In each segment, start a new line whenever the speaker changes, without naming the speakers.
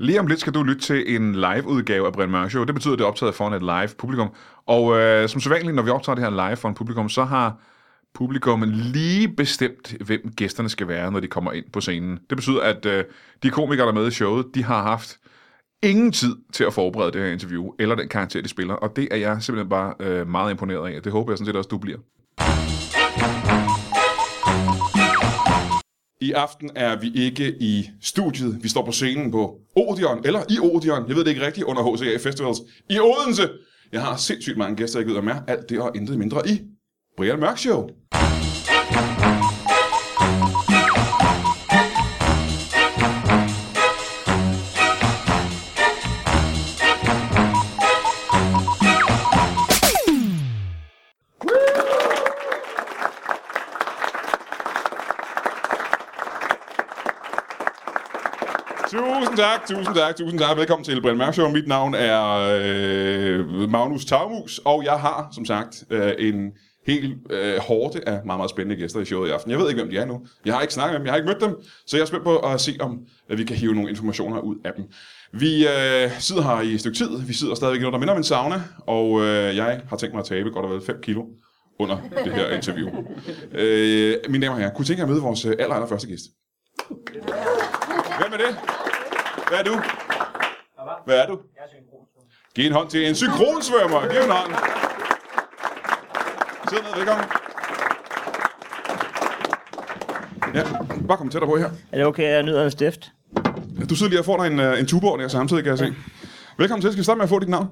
Lige om lidt skal du lytte til en live-udgave af Brian Mørk Show. Det betyder, at det er optaget foran et live publikum. Og øh, som sædvanligt, når vi optager det her live foran publikum, så har publikum lige bestemt, hvem gæsterne skal være, når de kommer ind på scenen. Det betyder, at øh, de komikere, der er med i showet, de har haft ingen tid til at forberede det her interview, eller den karakter, de spiller. Og det er jeg simpelthen bare øh, meget imponeret af. Det håber jeg sådan set også, du bliver. I aften er vi ikke i studiet. Vi står på scenen på Odeon, eller i Odeon, jeg ved det ikke rigtigt, under HCA Festivals i Odense. Jeg har sindssygt mange gæster, jeg gider med. Alt det og intet mindre i Brian Mørk Show. Tusind tak, tusind tak, tusind tak. Velkommen til Brian Mørk Show. Mit navn er øh, Magnus Taumus, og jeg har, som sagt, øh, en hel øh, hårde af meget, meget spændende gæster i showet i aften. Jeg ved ikke, hvem de er nu. Jeg har ikke snakket med dem, jeg har ikke mødt dem, så jeg er spændt på at se, om at vi kan hive nogle informationer ud af dem. Vi øh, sidder her i et stykke tid. Vi sidder stadigvæk i noget, der minder om en sauna, og øh, jeg har tænkt mig at tabe godt og vel 5 kilo under det her interview. øh, mine damer og herrer, kunne I tænke jer at møde vores øh, aller, aller første gæst? Hvem er det? Hvad er du? Hvad er du?
Jeg er synkronsvømmer.
Giv en hånd til en synkronsvømmer. Giv en hånd. Sid ned, velkommen. Ja, bare kom tættere på her.
Er det okay, at jeg nyder en stift?
Du sidder lige og får dig en, øh, en tuborg der samtidig, kan jeg se. Velkommen til. Skal vi starte med at få dit navn?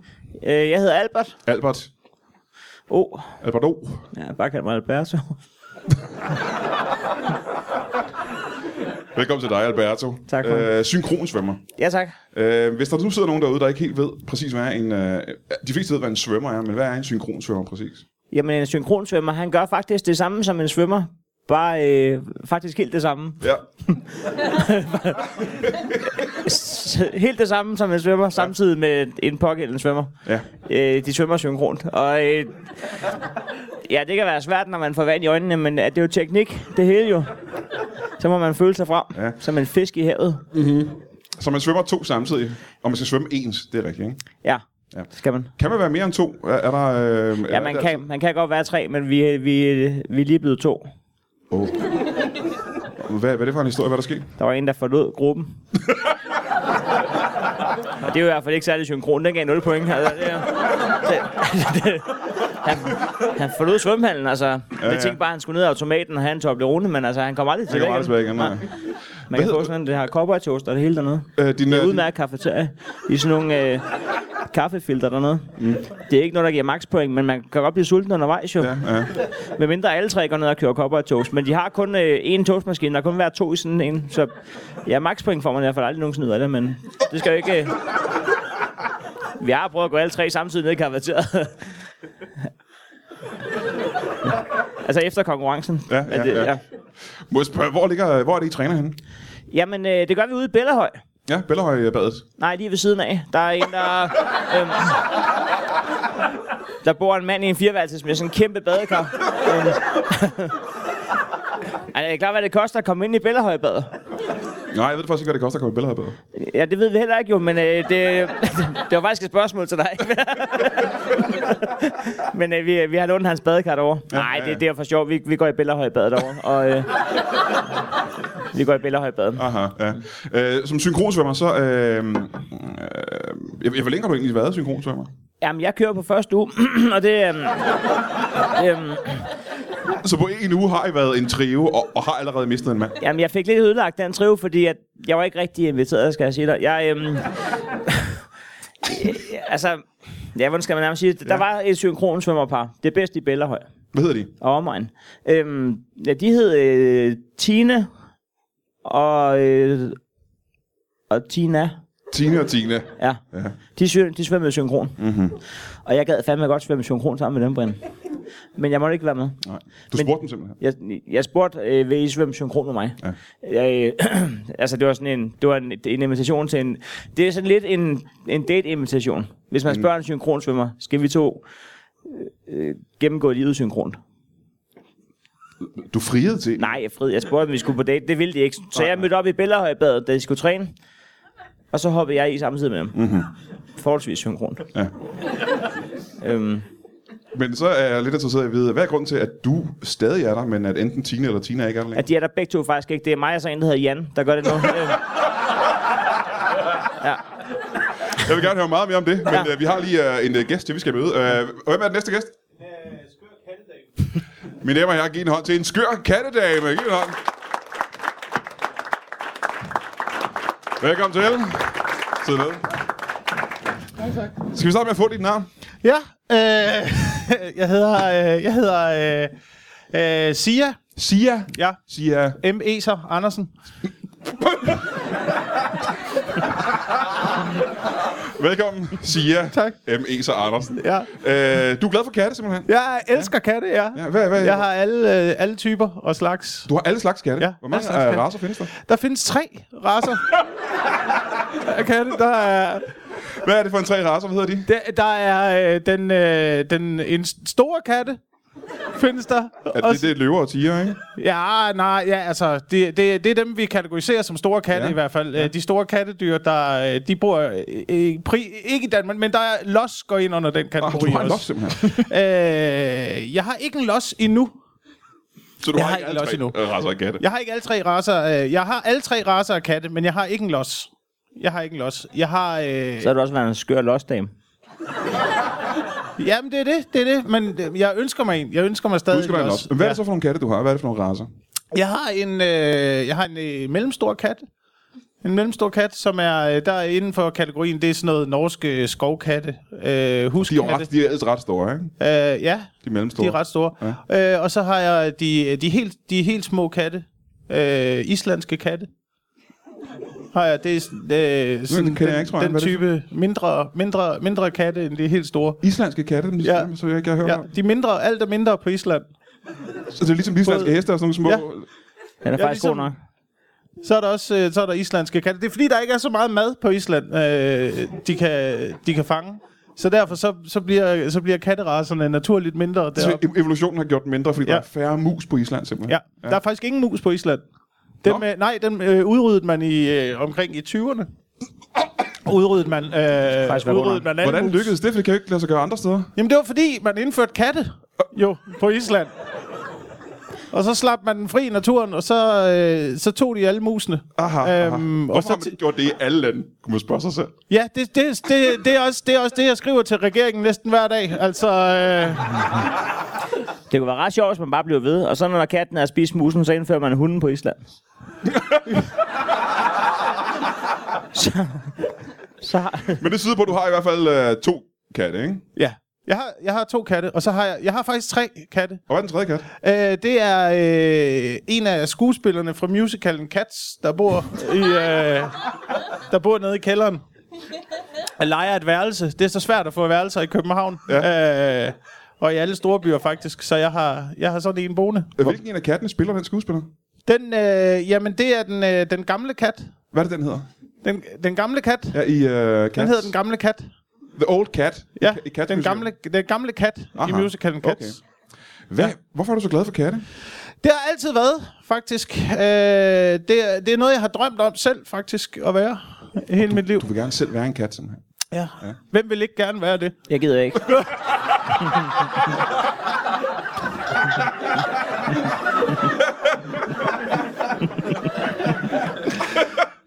Øh, jeg hedder Albert.
Albert.
O.
Albert O.
Ja, bare kald mig Alberto.
Velkommen til dig, Alberto.
Tak for det.
Øh, synkronsvømmer.
Ja, tak.
Øh, hvis der nu sidder nogen derude, der ikke helt ved præcis, hvad er en... Øh, de fleste ved, hvad en svømmer er, men hvad er en synkronsvømmer præcis?
Jamen, en synkronsvømmer, han gør faktisk det samme som en svømmer. Bare øh, faktisk helt det samme.
Ja.
S- helt det samme som en svømmer, ja. samtidig med en pågældende svømmer.
Ja.
Øh, de svømmer synkront. Og øh, ja, det kan være svært, når man får vand i øjnene, men at det er jo teknik, det hele jo. Så må man føle sig frem,
Ja.
ja. som en fisk i havet.
Så man svømmer to samtidig, og man skal svømme ens. Det er rigtigt, ikke?
Ja,
Ja.
ja. altså- det skal man.
Kan man være mere end to? Er, er der, øh,
Ja, man kan, man kan godt være tre, men vi, vi, vi er lige blevet to.
Oh. Hvad, hvad er det for en historie? Hvad er der sket?
Der var en, der forlod gruppen. Og det er jo i hvert fald ikke særlig synkron. Den gav 0 point. Altså, det er, det, det, han, han forlod svømmehallen, altså. Ja, ja. Jeg tænkte bare, at han skulle ned af automaten og have en Toblerone, men altså, han kom aldrig
Jeg
til det.
kommer aldrig tilbage igen. nej.
Man kan
hedder-
få sådan det her cowboy toast og det hele dernede.
Øh, din,
Det er
øh, din,
udmærket kafeterie i sådan nogle øh, kaffefilter dernede. Mm. Det er ikke noget, der giver makspoint, men man kan godt blive sulten undervejs jo.
ja, ja.
Med mindre alle tre går ned og kører kopper og toast. Men de har kun øh, én toastmaskine. Der kan kun være to i sådan en. Så ja, maxpoint får man i hvert fald aldrig nogensinde ud af det, men det skal jo ikke... Øh... Vi har prøvet at gå alle tre samtidig ned i kafeteriet. altså efter konkurrencen.
Ja,
Er
ja,
det,
ja. Må jeg spørge, hvor, ligger, hvor er det, I træner henne?
Jamen, øh, det gør vi ude i Bellahøj.
Ja, Bellahøj-badet.
Nej, lige ved siden af. Der er en, der... Øhm, der bor en mand i en fireværelses med sådan en kæmpe badekar. Øhm. Ej, det er klart, hvad det koster at komme ind i Bellahøjbadet.
Nej, jeg ved faktisk ikke, hvad det koster at komme i Bellahøj-badet.
Ja, det ved vi heller ikke jo, men øh, det, det var faktisk et spørgsmål til dig. men øh, vi, vi har lånt hans badekar derovre. Nej, det, det er for sjovt. Vi, vi går i Bellahøjbadet derovre. Og, øh, vi går i Bellahøjbadet.
Aha, ja. Øh, som synkronsvømmer, så... Øh, øh, hvor længe har du egentlig været synkronsvømmer?
Jamen, jeg kører på første uge, og det... Øhm, øhm,
Så på en uge har I været en trio, og, og har allerede mistet en mand.
Jamen, jeg fik lidt ødelagt den trive, fordi at jeg var ikke rigtig inviteret, skal jeg sige dig. Jeg, øhm, altså, ja, hvordan skal man nærmest sige det? Der
Ja.
var et synkron svømmerpar. Det bedste i Bellahøj
Hvad hedder de?
og omegn. Øhm, ja, de hed øh, Tine og, øh, og Tina.
Tine og Tine.
Ja.
Ja. Mhm.
De, svøm, de svømmede synkron. Mm-hmm. Og jeg gad fandme godt svømme synkron sammen med dem, Brian. Men jeg måtte ikke være med.
Nej. Du
Men-
spurgte dem simpelthen.
Jeg, jeg spurgte, øh, vil I svømme synkron med mig?
Ja.
Jeg, øh, altså, det var sådan en, det var en, en invitation til en... Det er sådan lidt en, en date-invitation. Hvis man spørger en synkronsvømmer, skal vi to øh, øh, gennemgå livet synkront?
Du friede til.
Nej, Fred, jeg spurgte, om vi skulle på date. Det ville de ikke. Så jeg mødte op i Bellerhøjbadet, da de skulle træne. Og så hoppede jeg i samtidig med ham. Mm-hmm. Forholdsvis synkront.
Ja.
Øhm,
Men så er jeg lidt interesseret i at vide, hvad er grunden til, at du stadig er der, men at enten Tina eller Tina ikke er der længere?
at de er der begge to faktisk ikke. Det er mig og så en, der hedder Jan, der gør det nu. Øhm,
Jeg vil gerne høre meget mere om det, men
Ja.
ja. øh, vi har lige øh, en øh, gæst til, vi skal møde. Øh, hvem er den næste gæst? Mine damer og herrer, giv en hånd til en skør kattedame. Giv en hånd. Velkommen til. Sid ned. Skal vi starte med at få dit navn?
Ja, øh, jeg hedder, øh, jeg hedder øh, øh, Sia.
Sia.
Ja,
Sia.
M. Eser Andersen.
Velkommen, Sia.
Tak.
M. Eser Andersen.
Ja.
Øh, du er glad for katte, simpelthen?
Jeg elsker katte, ja.
Ja, hvad- hvad-
jeg har alle, øh, alle typer og slags.
Du har alle slags katte?
Ja,
Hvor mange
alle slags
øh,
katte.
racer findes der?
Der findes tre raser af katte. Der er,
Hvad er det for en tre racer? Hvad hedder de?
der, der er øh, den, øh, den en store katte. Findes der.
Er det, det er løver og tiger, ikke?
Ja, nej, ja, altså, det, det, det er dem, vi kategoriserer som store katte
Ja.
ja. i hvert fald. Ja. De store kattedyr, der, øh, de bor øh, i, pri, ikke i Danmark, men der er los går ind under den
Ah,
kategori
du har en
også.
lop, simpelthen.
Øh, jeg har ikke en los endnu.
Så du
Jeg
har,
har
ikke
ikke
alle
los endnu.
tre øh, racer af katte?
Jeg har ikke alle tre raser. Øh, jeg har alle tre raser af katte, men jeg har ikke en los. Jeg har ikke en los. Jeg har... Øh,
så har du også været en skør losdame.
jamen, det er det, det er det. Men øh, jeg ønsker mig en. Jeg ønsker mig
Du
stadig
husker dig en los. Hvad er det så for nogle katte, du har? Hvad er det for nogle racer?
Jeg har en, øh, jeg har en øh, mellemstor kat. En mellemstor kat, som er øh, der er inden for kategorien, det er sådan noget norske øh, skovkatte, øh,
De er, jo
huskatte.
ret, de er ellers ret store, ikke?
Øh, ja,
De er mellemstore.
de er ret store. Ja. Øh, og så har jeg de, de, helt, de helt små katte, øh, islandske katte. Har jeg, det er sådan, øh, sådan
kender jeg ikke, tror jeg.
den, den
Hvad er det
type mindre, mindre, mindre katte end de helt store.
Islandske katte, dem,
Ja.
ja. så jeg ikke har hørt ja.
Ja,
om.
de mindre, alt er mindre på Island.
Så det er ligesom de islandske
Både-
heste og sådan nogle små...
Ja.
Den er
Jeg er
faktisk god
ligesom-
nok.
Så er der også øh, så er der islandske katte. Det er fordi, der ikke er så meget mad på Island, øh, de, kan, de kan fange. Så derfor så, så bliver, så bliver katteraserne naturligt mindre
Så
deroppe.
ev- evolutionen har gjort dem mindre, fordi ja.
Ja.
der er færre mus på Island, simpelthen.
Ja, der er faktisk ingen mus på Island. Dem,
Nå.
øh, nej, dem øh, udryddede man i øh, omkring i 20'erne. Udryddede man,
Faktisk
øh,
være god
udryddede
nok.
man alle
Hvordan
mus.
lykkedes det? For det kan jo ikke lade sig gøre andre steder.
Jamen det var fordi, man indførte katte jo på Island. Og så slap man den fri i naturen, og så, øh, så tog de alle musene.
Aha, aha.
Øhm, og
Hvorfor
så
har man gjort det i alle lande? Kunne man spørge sig selv.
Ja, det, det, det, det, er også, det er også det, jeg skriver til regeringen næsten hver dag. Altså, øh,
Det kunne være ret sjovt, hvis man bare blev ved. Og så når katten er spist musen, så indfører man hunden på Island. så, så har-
Men det tyder på, at du har i hvert fald øh, to katte, ikke?
ja. Jeg har, jeg har to katte, og så har jeg, jeg har faktisk tre katte.
Og hvad er den tredje kat?
Øh, det er øh, en af skuespillerne fra musicalen Cats, der bor, i, øh, der bor nede i kælderen. Og leger et værelse. Det er så svært at få værelser i København. Ja. Øh, og i alle store byer faktisk, så jeg har, jeg har sådan en boende.
Hvilken en af kattene spiller den skuespiller?
Den, øh, jamen, det er den, øh, den gamle kat.
Hvad er det, den hedder?
Den, den gamle kat.
Ja, i øh, Cats.
Den hedder den gamle kat.
The Old Cat. i
Ja,
Ca- i Cats
den,
Museum.
gamle, den gamle kat Aha. i
Aha,
musicalen Cats.
okay. Hvad? Hvorfor er du så glad for katte?
Det har altid været, faktisk. Øh, det, er- det er noget, jeg har drømt om selv, faktisk, at være hele mit liv.
Du vil gerne selv være en kat, simpelthen.
Ja. Hvem vil ikke gerne være det?
jeg gider ikke.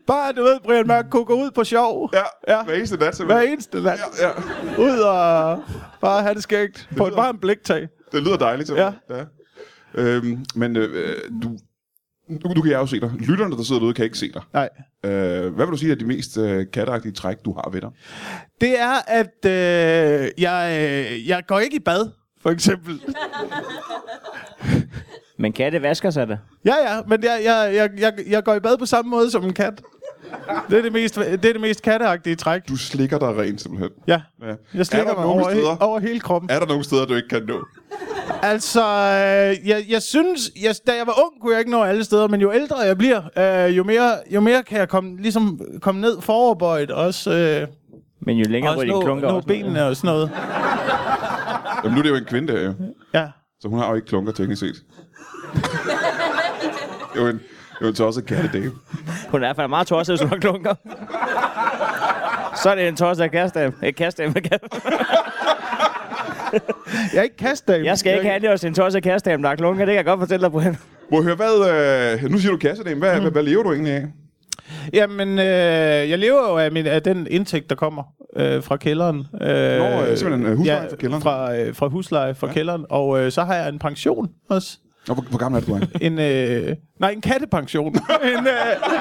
Bare, du ved, Brian Mørk kunne gå ud på sjov.
Ja, ja.
Ja.
hver eneste nat,
Hver
simpelthen.
eneste dag.
Ja, ja.
Ud og bare have det skægt. På et
lyder-
varmt bliktag.
Det lyder dejligt, simpelthen. Ja. ja. Øhm, men øh, du, nu, nu kan jeg jo se dig. Lytterne, der sidder derude, kan ikke se dig.
Nej.
Øh, hvad vil du sige er de mest øh, katteagtige træk, du har ved dig?
Det er, at øh, jeg, øh, jeg går ikke i bad, for eksempel.
Men katte vasker sig da.
Ja, ja, men jeg, jeg, jeg, jeg, jeg går i bad på samme måde som en kat. Det er det mest, det er det mest katteagtige træk.
Du slikker dig rent, simpelthen.
Ja.
Ja.
Jeg
Øh, Er
slikker
der
mig
nogle
over,
steder?
he- over hele kroppen. Ja.
Er der nogle steder, du ikke kan nå?
Altså, øh, jeg, jeg synes, jeg, da jeg var ung, kunne jeg ikke nå alle steder, men jo ældre jeg bliver, øh, jo, mere, jo mere kan jeg komme, ligesom, komme ned foroverbøjet også. Øh,
Men jo længere på
også
dine
nå,
klunker...
nå
også-
benene og sådan noget.
Jamen, nu er det jo en kvinde her, jo.
Ja.
Så hun har jo ikke klunker, teknisk set. det er jo en, det er jo en tosset kattedame.
Hun er i hvert fald meget tosset, hvis hun har klunker. Så er det en torsdag af kastdame. Eh, kastdame.
Jeg er ikke kastdame.
Jeg skal ikke have det hos en tosset kastdame, der er klunker. Det kan jeg godt fortælle dig, Brian.
Må jeg høre, hvad... Øh, nu siger du kassedame. Hvad, mm. hvad, hvad lever du egentlig af?
Jamen, øh, jeg lever jo af, min, af den indtægt, der kommer øh, fra kælderen. Øh,
Nå, øh, simpelthen, øh, husleje fra kælderen.
Fra, øh, fra husleje fra ja. kælderen. Og øh, så har jeg en pension også.
Nå, hvor, hvor gammel er du, Brian?
En, øh, nej, en kattepension. en, øh,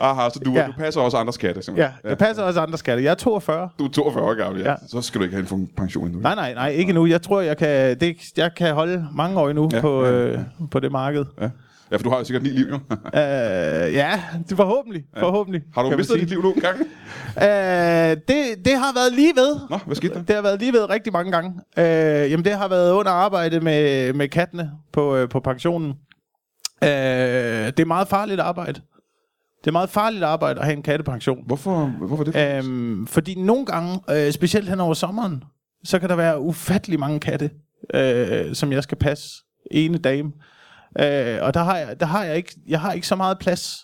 Aha, så du, ja.
Ja.
du passer også andres katte, simpelthen.
ja, jeg passer også andre skatte. Jeg er 42.
Du er 42 år gammel, ja. ja.
Ja.
Så skal du ikke have en pension endnu.
Nej, nej, nej, ikke nu. Jeg tror, jeg kan, det, jeg kan holde mange år endnu
Ja,
ja, på,
ja, ja.
øh, på det marked.
Ja. ja, for du har jo sikkert ni liv, jo.
Øh, ja, det forhåbentlig. forhåbentlig
har du
kan man
mistet
sige.
dit liv nogle gange?
Øh, det, det har været lige ved.
Nå, hvad skete der?
Det har været lige ved rigtig mange gange. Øh, jamen, det har været under arbejde med, med kattene på, øh, på pensionen. Øh, det er meget farligt arbejde. Det er meget farligt arbejde at have en kattepension.
Hvorfor, hvorfor det? Øh.
Øhm, fordi nogle gange, øh, specielt hen over sommeren, så kan der være ufattelig mange katte, øh, som jeg skal passe ene dame. Øh, og der har, jeg, der har jeg, ikke, jeg har ikke så meget plads.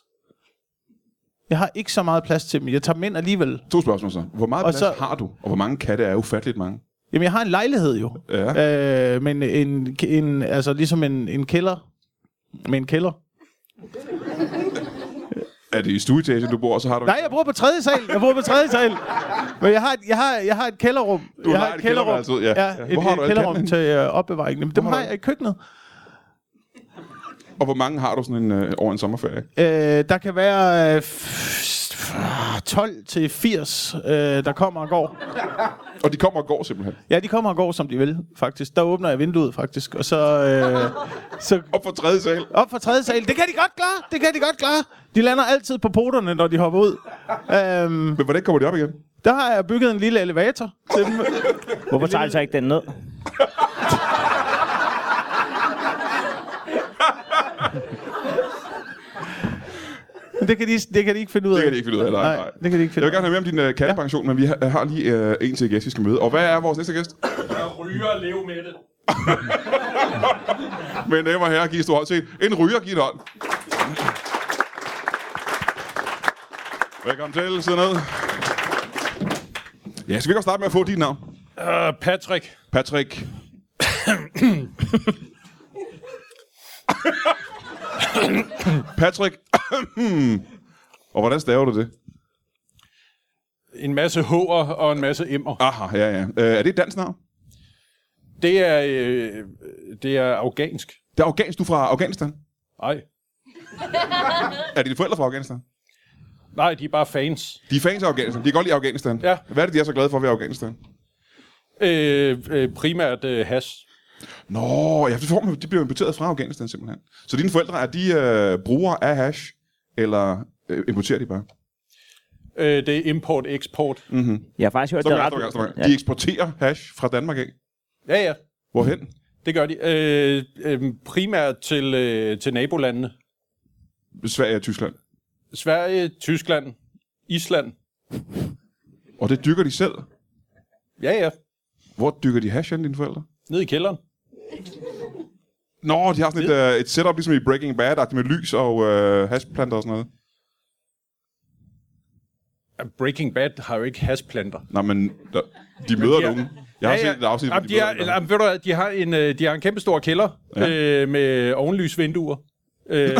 Jeg har ikke så meget plads til dem. Jeg tager dem ind alligevel.
To spørgsmål så. Hvor meget
Og
plads så...
så-
har du? Og hvor mange katte er ufatteligt mange?
Jamen, jeg har en lejlighed jo.
Ja.
Øh, men en, en, altså ligesom en, en kælder. Med en kælder.
Er det i stueetagen, du bor, og så har du...
Nej, jeg bor på tredje sal. Jeg bor på tredje sal. Men jeg har et, jeg har, jeg har et kælderrum.
Du
jeg
har
har
et kælderværelse, ja.
ja.
Ja.
ja.
Hvor
Et, Hvor
har
har
du
et
alle kattene?
kælderrum til øh, opbevaring. Jamen, dem
Hvor har
har
du-
jeg i køkkenet.
Og hvor mange har du sådan en, øh, over en sommerferie?
Øh, der kan være øh, f- f- 12 til 80, øh, der kommer og går.
Og de kommer og går simpelthen.
Ja, de kommer og går, som de vil, faktisk. Der åbner jeg vinduet, faktisk. Og så... Øh, så
Op for tredje sal.
op fra tredje sal. Det kan de godt klare. Det kan de godt klare. De lander altid på poterne, når de hopper ud. Øhm,
Men hvordan kommer de op igen?
Der har jeg bygget en lille elevator til dem.
Hvorfor tager de så ikke den ned?
Men det kan de, det kan de ikke finde ud af.
Det kan de ikke finde ud af. Nej, nej.
Nej, det kan de ikke
Jeg
finde
vil
ud af.
gerne have mere om din øh, kattepension, ja. men vi har, har lige øh, en til gæst, vi skal møde. Og hvad er vores næste gæst?
ryger og leve med det.
Men damer og herrer, giv en stor hånd til en ryger, giv en hånd. Velkommen til, sid ned. Ja, skal vi godt starte med at få dit navn?
Uh, Patrick.
Patrick. Patrick. og hvordan staver du det?
En masse H'er og en masse M'er.
Aha, ja, ja. Øh, er det et dansk navn?
Det er, øh, det er afghansk.
Det er afghansk. Du er fra Afghanistan.
Nej.
Er dine forældre fra Afghanistan?
Nej, de er bare fans.
De er fans af Afghanistan. De kan godt lide Afghanistan.
Ja.
Hvad er det, de er så glade for ved Afghanistan?
Øh, øh, primært øh, has.
Nå, jeg forstår, de bliver importeret fra Afghanistan simpelthen. Så dine forældre, er de øh, brugere af hash, eller øh, importerer de bare?
Øh, det er import-eksport. Mm.
Jeg har faktisk hørt,
Stop,
det
gang,
er
stop, gang, stop, gang.
ret...
De
Ja.
eksporterer hash fra Danmark af.
Ja, ja.
Hvorhen?
Det gør de. Øh, øh, primært til, øh, til nabolandene.
Sverige og Tyskland.
Sverige, Tyskland, Island.
Og det dyrker de selv.
Ja, ja.
Hvor dyrker de hash hen, dine forældre?
Ned i kælderen.
Nå, de har sådan et, øh, et setup ligesom i Breaking Bad, med lys og øh, hashplanter og sådan noget.
Breaking Bad har jo ikke hasplanter.
Nej, men der, de møder
de er-
nogen. Jeg har set et afsnit, hvor
jamen,
de,
de,
møder
er,
nogen.
jamen, ved du, hvad, de, har en, øh, de har en kæmpe stor kælder ja. øh, med ovenlysvinduer. Øh,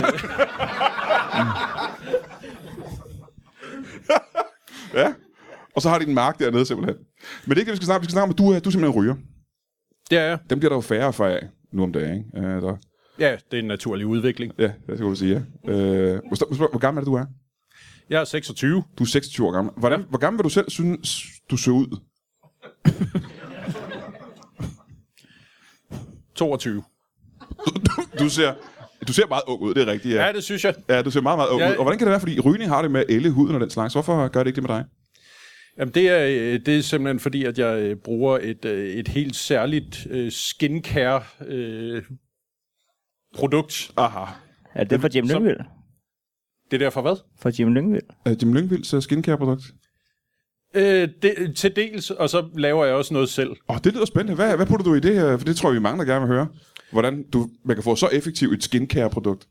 Og så har de en mark dernede simpelthen. Men det er ikke det, vi skal snakke om. Vi skal snakke om, at du, er- du er simpelthen ryger.
det er
Dem bliver der jo færre og færre af nu om dagen. Ikke? Øh, der,
Ja, det er en naturlig udvikling.
Ja, det skal du sige, ja. Øh, hvor, stor- hvor, hvor gammel er det, du er?
Jeg er 26.
Du er 26 år gammel. Hvordan, ja. Hvor gammel vil du selv synes, du ser ud?
22.
Du ser, du ser meget ung ud, det er rigtigt, ja.
Ja, det synes jeg.
Ja, du ser meget, meget ung ja.
Ja.
ud. Og hvordan kan det være, fordi rygning har det med at ælde huden og den slags? Hvorfor gør det ikke det med dig?
Jamen, det er, øh, det er simpelthen fordi, at jeg øh, bruger et, øh, et helt særligt øh, skincare øh, produkt.
Aha.
Er det for Jim Lyngvild?
Det er derfor hvad?
For Jim Lyngvild?
Øh, Jim Lyngvilds øh, skincare-produkt.
Øh, det, til dels, og så laver jeg også noget selv.
Åh, oh, det lyder spændende. Hvad, hvad putter du i det her? For det tror jeg, vi er mange, der gerne vil høre. Hvordan du, man kan få så effektivt et skincare-produkt.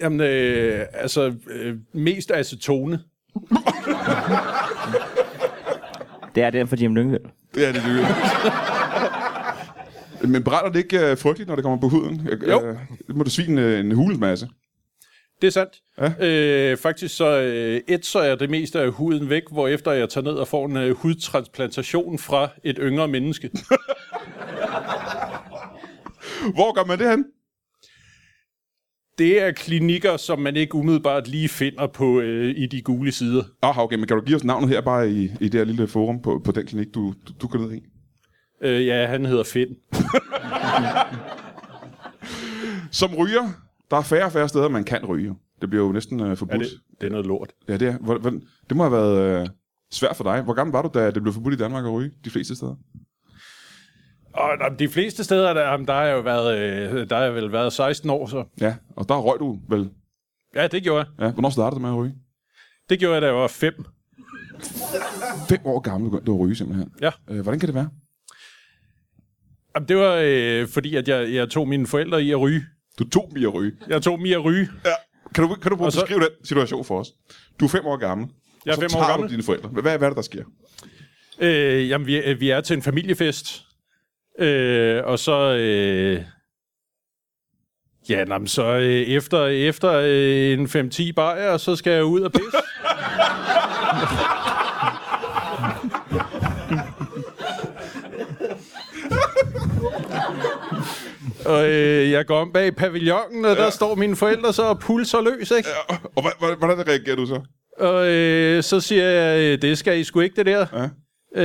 Jamen, øh, altså, øh, mest acetone.
Det er den for Jim Lyngvild.
Det er det dyre. Men brænder det ikke øh, frygteligt, når det kommer på huden? Øh,
Jo.
øh, Det må du svine øh, en hulet masse.
Det er sandt.
Ja.
Øh, faktisk så øh, etser jeg det meste af huden væk, hvorefter jeg tager ned og får en øh, hudtransplantation fra et yngre menneske.
Hvor gør man det hen?
Det er klinikker, som man ikke umiddelbart lige finder på øh, i de gule sider.
Åh, oh, okay, men kan du give os navnet her bare i, i det her lille forum på, på den klinik, du, du, du går ned i?
Øh, ja, han hedder Finn.
Som ryger, der er færre og færre steder, man kan ryge. Det bliver jo næsten øh,
Er
forbudt.
det, det er noget lort.
Ja, det er. Hvor, hvordan, det må have været øh, svært for dig. Hvor gammel var du, da det blev forbudt i Danmark at ryge de fleste steder?
Og nå, de fleste steder, der, der har jeg jo været, øh, der har jeg vel været 16 år, så.
Ja, og der røg du vel.
Ja, det gjorde jeg.
Ja, hvornår startede du med at ryge?
Det gjorde jeg, da jeg var fem.
Fem år gammel begyndte du at ryge simpelthen.
Ja.
Øh, hvordan kan det være?
Jamen, det var øh, fordi, at jeg, jeg tog mine forældre i at ryge.
Du tog dem i at ryge.
Jeg tog dem i at ryge.
Ja. Kan du, kan du prøve
Og
at
så-
beskrive den situation for os? Du er fem år gammel.
Jeg er
og så
fem år
tager
gammel.
du dine forældre. Hvad, hvad er det, der sker?
Øh, jamen, vi, øh, vi er til en familiefest. Øh, og så... Øh, ja, nå, men så øh, efter, efter øh, en 5-10 bajer, så skal jeg ud og pisse. og øh, jeg går om bag pavillonen, og der står mine forældre så og pulser løs, ikke?
Ja, Øh, og hvordan, hvordan reagerer du så?
Og øh, så siger jeg, øh, det skal I sgu ikke, det der.
Ja.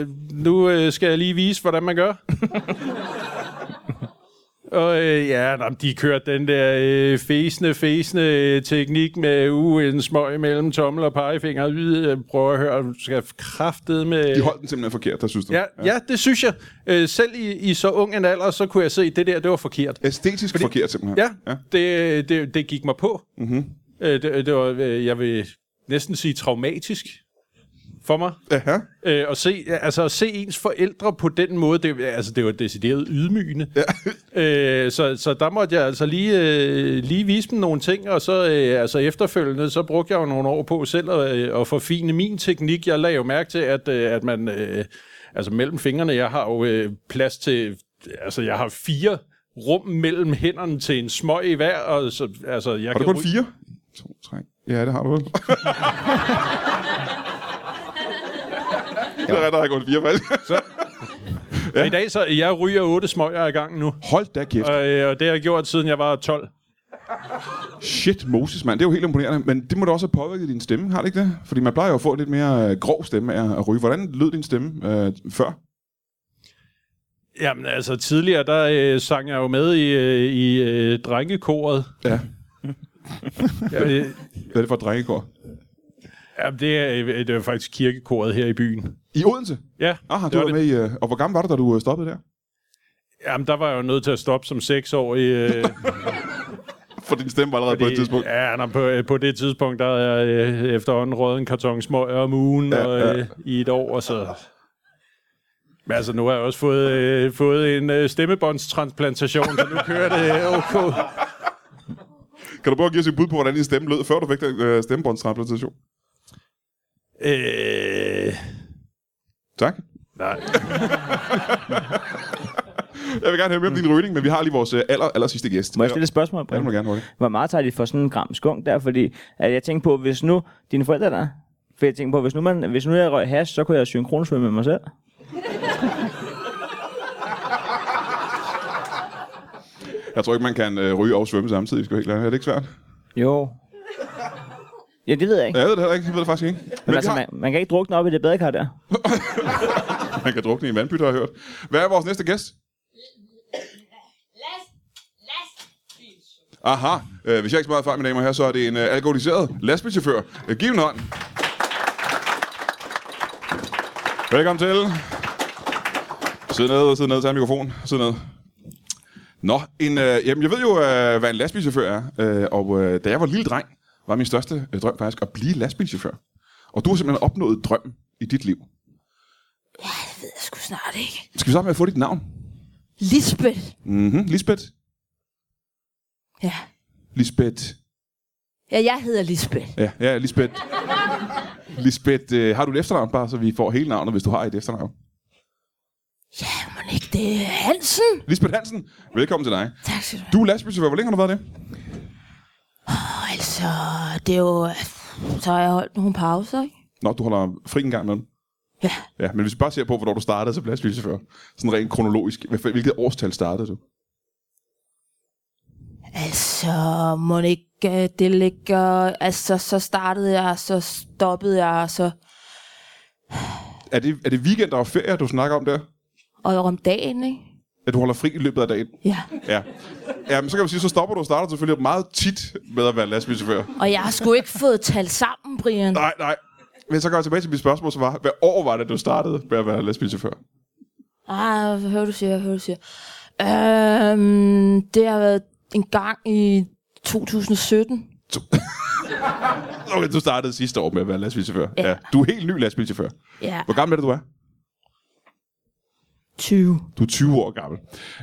Øh, nu øh, skal jeg lige vise, hvordan man gør. Og øh, ja, nå, men de kørte den der øh, fæsende, fæsende øh, teknik med uh, en smøg mellem tommel og pegefinger. Øh, prøv at høre, du skal kraftede med...
De holdt den simpelthen forkert, der synes du?
ja, ja, det synes jeg. Øh, selv i, i så ung en alder, så kunne jeg se, at det der, det var forkert.
Æstetisk Fordi... forkert simpelthen?
Ja, ja. Det, det, det gik mig på. Mm-hmm. Øh, det, det var, øh, jeg vil næsten sige, traumatisk for mig.
Aha.
Øh, at se, altså at se ens forældre på den måde, det, altså det var decideret ydmygende. Ja. Øh, så, så der måtte jeg altså lige, øh, lige vise dem nogle ting, og så øh, altså efterfølgende, så brugte jeg jo nogle år på selv at, øh, at forfine min teknik. Jeg lagde jo mærke til, at, øh, at man, øh, altså mellem fingrene, jeg har jo øh, plads til, altså jeg har fire rum mellem hænderne til en smøg i hver, og så, altså jeg
Har du
kan
kun
ryge-
fire? To, tre. Ja, det har du vel. Det er rigtigt, der har kun fire, faktisk.
Ja. I dag så, jeg ryger otte smøger ad gangen nu,
Hold da kæft.
og, øh, og det har jeg gjort, siden jeg var 12.
Shit, Moses, mand. Det er jo helt imponerende. Men det må da også have påvirket din stemme, har det ikke det? Fordi man plejer jo at få en lidt mere øh, grov stemme af at ryge. Hvordan lød din stemme øh, før?
Jamen altså, tidligere der øh, sang jeg jo med i, øh, i øh, drengekoret.
Ja.
Ja, øh,
Hvad er det for et drengekor?
jamen, det, er, øh, det er faktisk kirkekoret her i byen.
I Odense?
Ja,
Aha, du
det var
var med i... Øh, og hvor gammel var du, da du øh, stoppede der?
Jamen, der var jeg jo nødt til at stoppe som seksårig. Øh,
For din stemme var allerede på et tidspunkt.
Ja, nå, på, øh, på det tidspunkt, der er jeg øh, efterhånden røget en karton smøger om ugen ja, og, øh, i et år, og så... Men altså, nu har jeg også fået, øh, fået en øh, stemmebåndstransplantation, så nu kører det øh, okay.
Kan du prøve at give os et bud på, hvordan din stemme lød, før du fik den øh, stemmebåndstransplantation?
Øh,
Tak.
nej.
Jeg vil gerne høre mere om din rygning, men vi har lige vores øh, aller, aller sidste gæst.
Må jeg stille et spørgsmål,
Ja, det må
Brian?
du gerne, Holger.
Hvor meget tager de for sådan en gram skunk der? Fordi at jeg tænkte på, hvis nu dine forældre der... For jeg tænkte på, hvis nu, man, hvis nu jeg røg hash, så kunne jeg synkronsvømme med mig selv.
Jeg tror ikke, man kan øh, ryge og svømme samtidig. Skal jeg helt ærligt. Er det ikke svært?
Jo. Ja, det ved jeg ikke.
Ja, jeg ved det heller ikke. Jeg ved det faktisk ikke. Øh, Men,
Men
vi
altså,
har...
man, man kan ikke drukne op i det badekar der.
man kan drukne i en vandpyt, har jeg hørt. Hvad er vores næste gæst?
Last, last speech.
Aha. Øh, hvis jeg ikke så meget fejl, mine damer og herrer, så er det en øh, alkoholiseret lastbilchauffør. Øh, giv en hånd. Velkommen til. Sid ned, sid ned, tag en mikrofon. Sid ned. Nå, en, øh, jamen, jeg ved jo, øh, hvad en lastbilchauffør er. Øh, og øh, da jeg var lille dreng, var min største øh, drøm faktisk at blive lastbilchauffør. Og du har simpelthen opnået drømmen i dit liv.
Det ved jeg sgu snart ikke.
Skal vi starte med at få dit navn?
Lisbeth.
Mhm, Lisbeth.
Ja.
Lisbeth.
Ja, jeg hedder Lisbeth.
Ja, ja, Lisbeth. Lisbeth, øh, har du et efternavn bare, så vi får hele navnet, hvis du har et efternavn?
Ja, må ikke det er Hansen?
Lisbeth Hansen, velkommen til dig.
Tak skal du have.
Du er lastbilchauffør. Hvor længe har du været det?
Og altså, det er jo... altså, Så har jeg holdt nogle pauser, ikke?
Nå, du holder fri en gang imellem.
Ja.
Ja, men hvis vi bare ser på, hvornår du startede som lastbilchauffør, sådan rent kronologisk, hvad- hvilket årstal startede du?
Altså, må ikke øh, det ligger... Altså, så startede jeg, så stoppede jeg, så...
Er det, er det weekender og ferie, du snakker om der?
Og om dagen, ikke?
At du holder fri i løbet af dagen?
Ja.
Ja. Ja, men så kan man sige, så stopper du og starter selvfølgelig meget tit med at være lastbilchauffør.
Og jeg har sgu ikke fået talt sammen, Brian.
Nej, nej. Men så går jeg tilbage til mit spørgsmål, som var, hvad år var det, du startede med at være lastbilchauffør?
Ah, hvad hører du siger, hvad hører du siger. Øhm, det har været en gang i 2017.
Okay, du startede sidste år med at være lastbilchauffør. Ja.
Ja.
ja. Du er helt ny lastbilchauffør.
Ja,
Hvor gammel er det, du er?
20.
Du er 20 år gammel.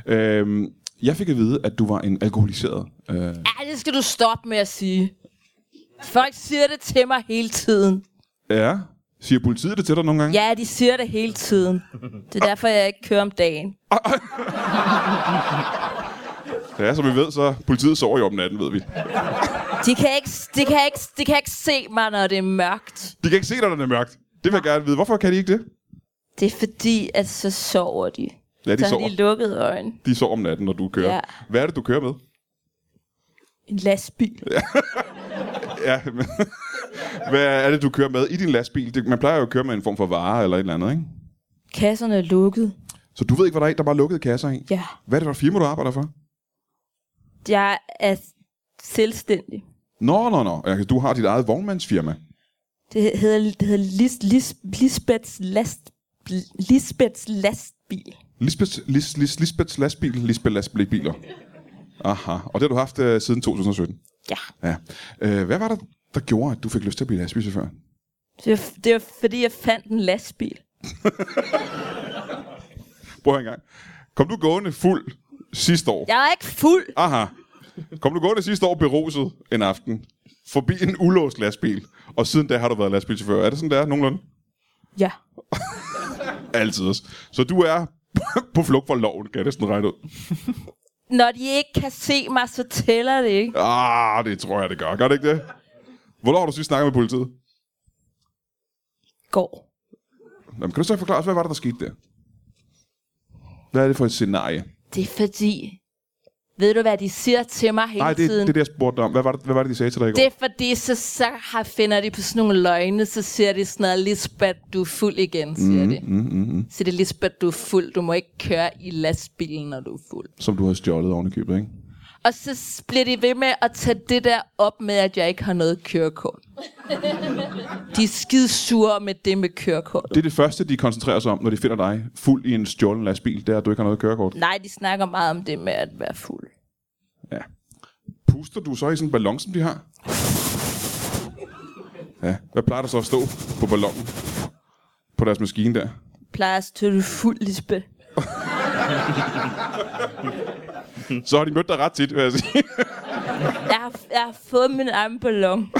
Øhm, jeg fik at vide, at du var en alkoholiseret. Øh,
Ja, det skal du stoppe med at sige. Folk siger det til mig hele tiden.
ja. Siger politiet det til dig nogle gange?
Ja, de siger det hele tiden. Det er derfor, jeg ikke kører om dagen.
Ja, som vi ved, så politiet sover jo om natten, ved vi.
De kan ikke, de kan ikke, de kan ikke se mig, når det er mørkt.
De kan ikke se dig, når det er mørkt. Det vil jeg gerne vide. Hvorfor kan de ikke det?
Det er fordi, at så sover de.
Ja, de
så har
sover.
de lukket øjnene.
De sover om natten, når du kører. Ja.
Ja.
Hvad er det, du kører med?
En lastbil.
Ja, men, hvad er det, du kører med i din lastbil? Det, man plejer jo at køre med en form for vare eller et eller andet, ikke?
Kasserne er lukket.
Så du ved ikke, hvad der er i, der bare lukkede kasser i?
Ja.
Hvad er det for et firma, du arbejder for?
Jeg er selvstændig.
Nå, nå, nå. Ja, Du har dit eget vognmandsfirma.
Det hedder, det hedder Lis, Lis, Lisbeths, last, Lisbeths lastbil.
Lisbeth, Lis, Lis, Lisbeths lastbil, Lisbeth lastbiler. Aha, og det har du haft uh, siden 2017.
Ja.
Ja. Uh, hvad var det, der gjorde, at du fik lyst til at blive lastbilchauffør?
Det var, det var fordi, jeg fandt en lastbil.
Prøv en gang. Kom du gående fuld sidste år?
Jeg er ikke fuld.
Aha. Kom du gående sidste år beruset en aften forbi en ulåst lastbil, og siden da har du været lastbilchauffør. Er det sådan, der nogenlunde?
Ja.
Altid. også. Så du er på flugt fra loven, kan jeg næsten regne ud.
Når de ikke kan se mig, så tæller det ikke.
Ah, det tror jeg, det gør. Gør det ikke det? Hvornår har du sidst snakket med politiet?
Går.
Jamen, kan du så forklare os, hvad var det, der skete der? Hvad er det for et scenarie?
Det er fordi... Ved du, hvad de siger til mig hele
Nej, det, det er
tiden?
det, jeg spurgte dig om. Hvad var det, hvad var det de sagde til dig i går?
det er fordi, så, så har, finder de på sådan nogle løgne, så siger de sådan noget, Lisbeth, du er fuld igen, siger mm,
Mm-hmm,
de. Mm, mm, Så det er Lisbeth, du er fuld, du må ikke køre i lastbilen, når du er fuld.
Som du har stjålet oven i købet, ikke?
Og så s- bliver de ved med at tage det der op med, at jeg ikke har noget kørekort. De er skide sure med det med kørekortet.
Det er det første, de koncentrerer sig om, når de finder dig fuld i en stjålen lastbil, der du ikke har noget kørekort.
Nej, de snakker meget om det med at være fuld.
Ja. Puster du så i sådan en ballon, som de har? Ja. Hvad plejer der så at stå på ballonen? På deres maskine der?
Plejer at stå fuld, Lisbeth.
Så har de mødt dig ret tit, vil jeg sige.
Jeg har, jeg har fået min egen ballon.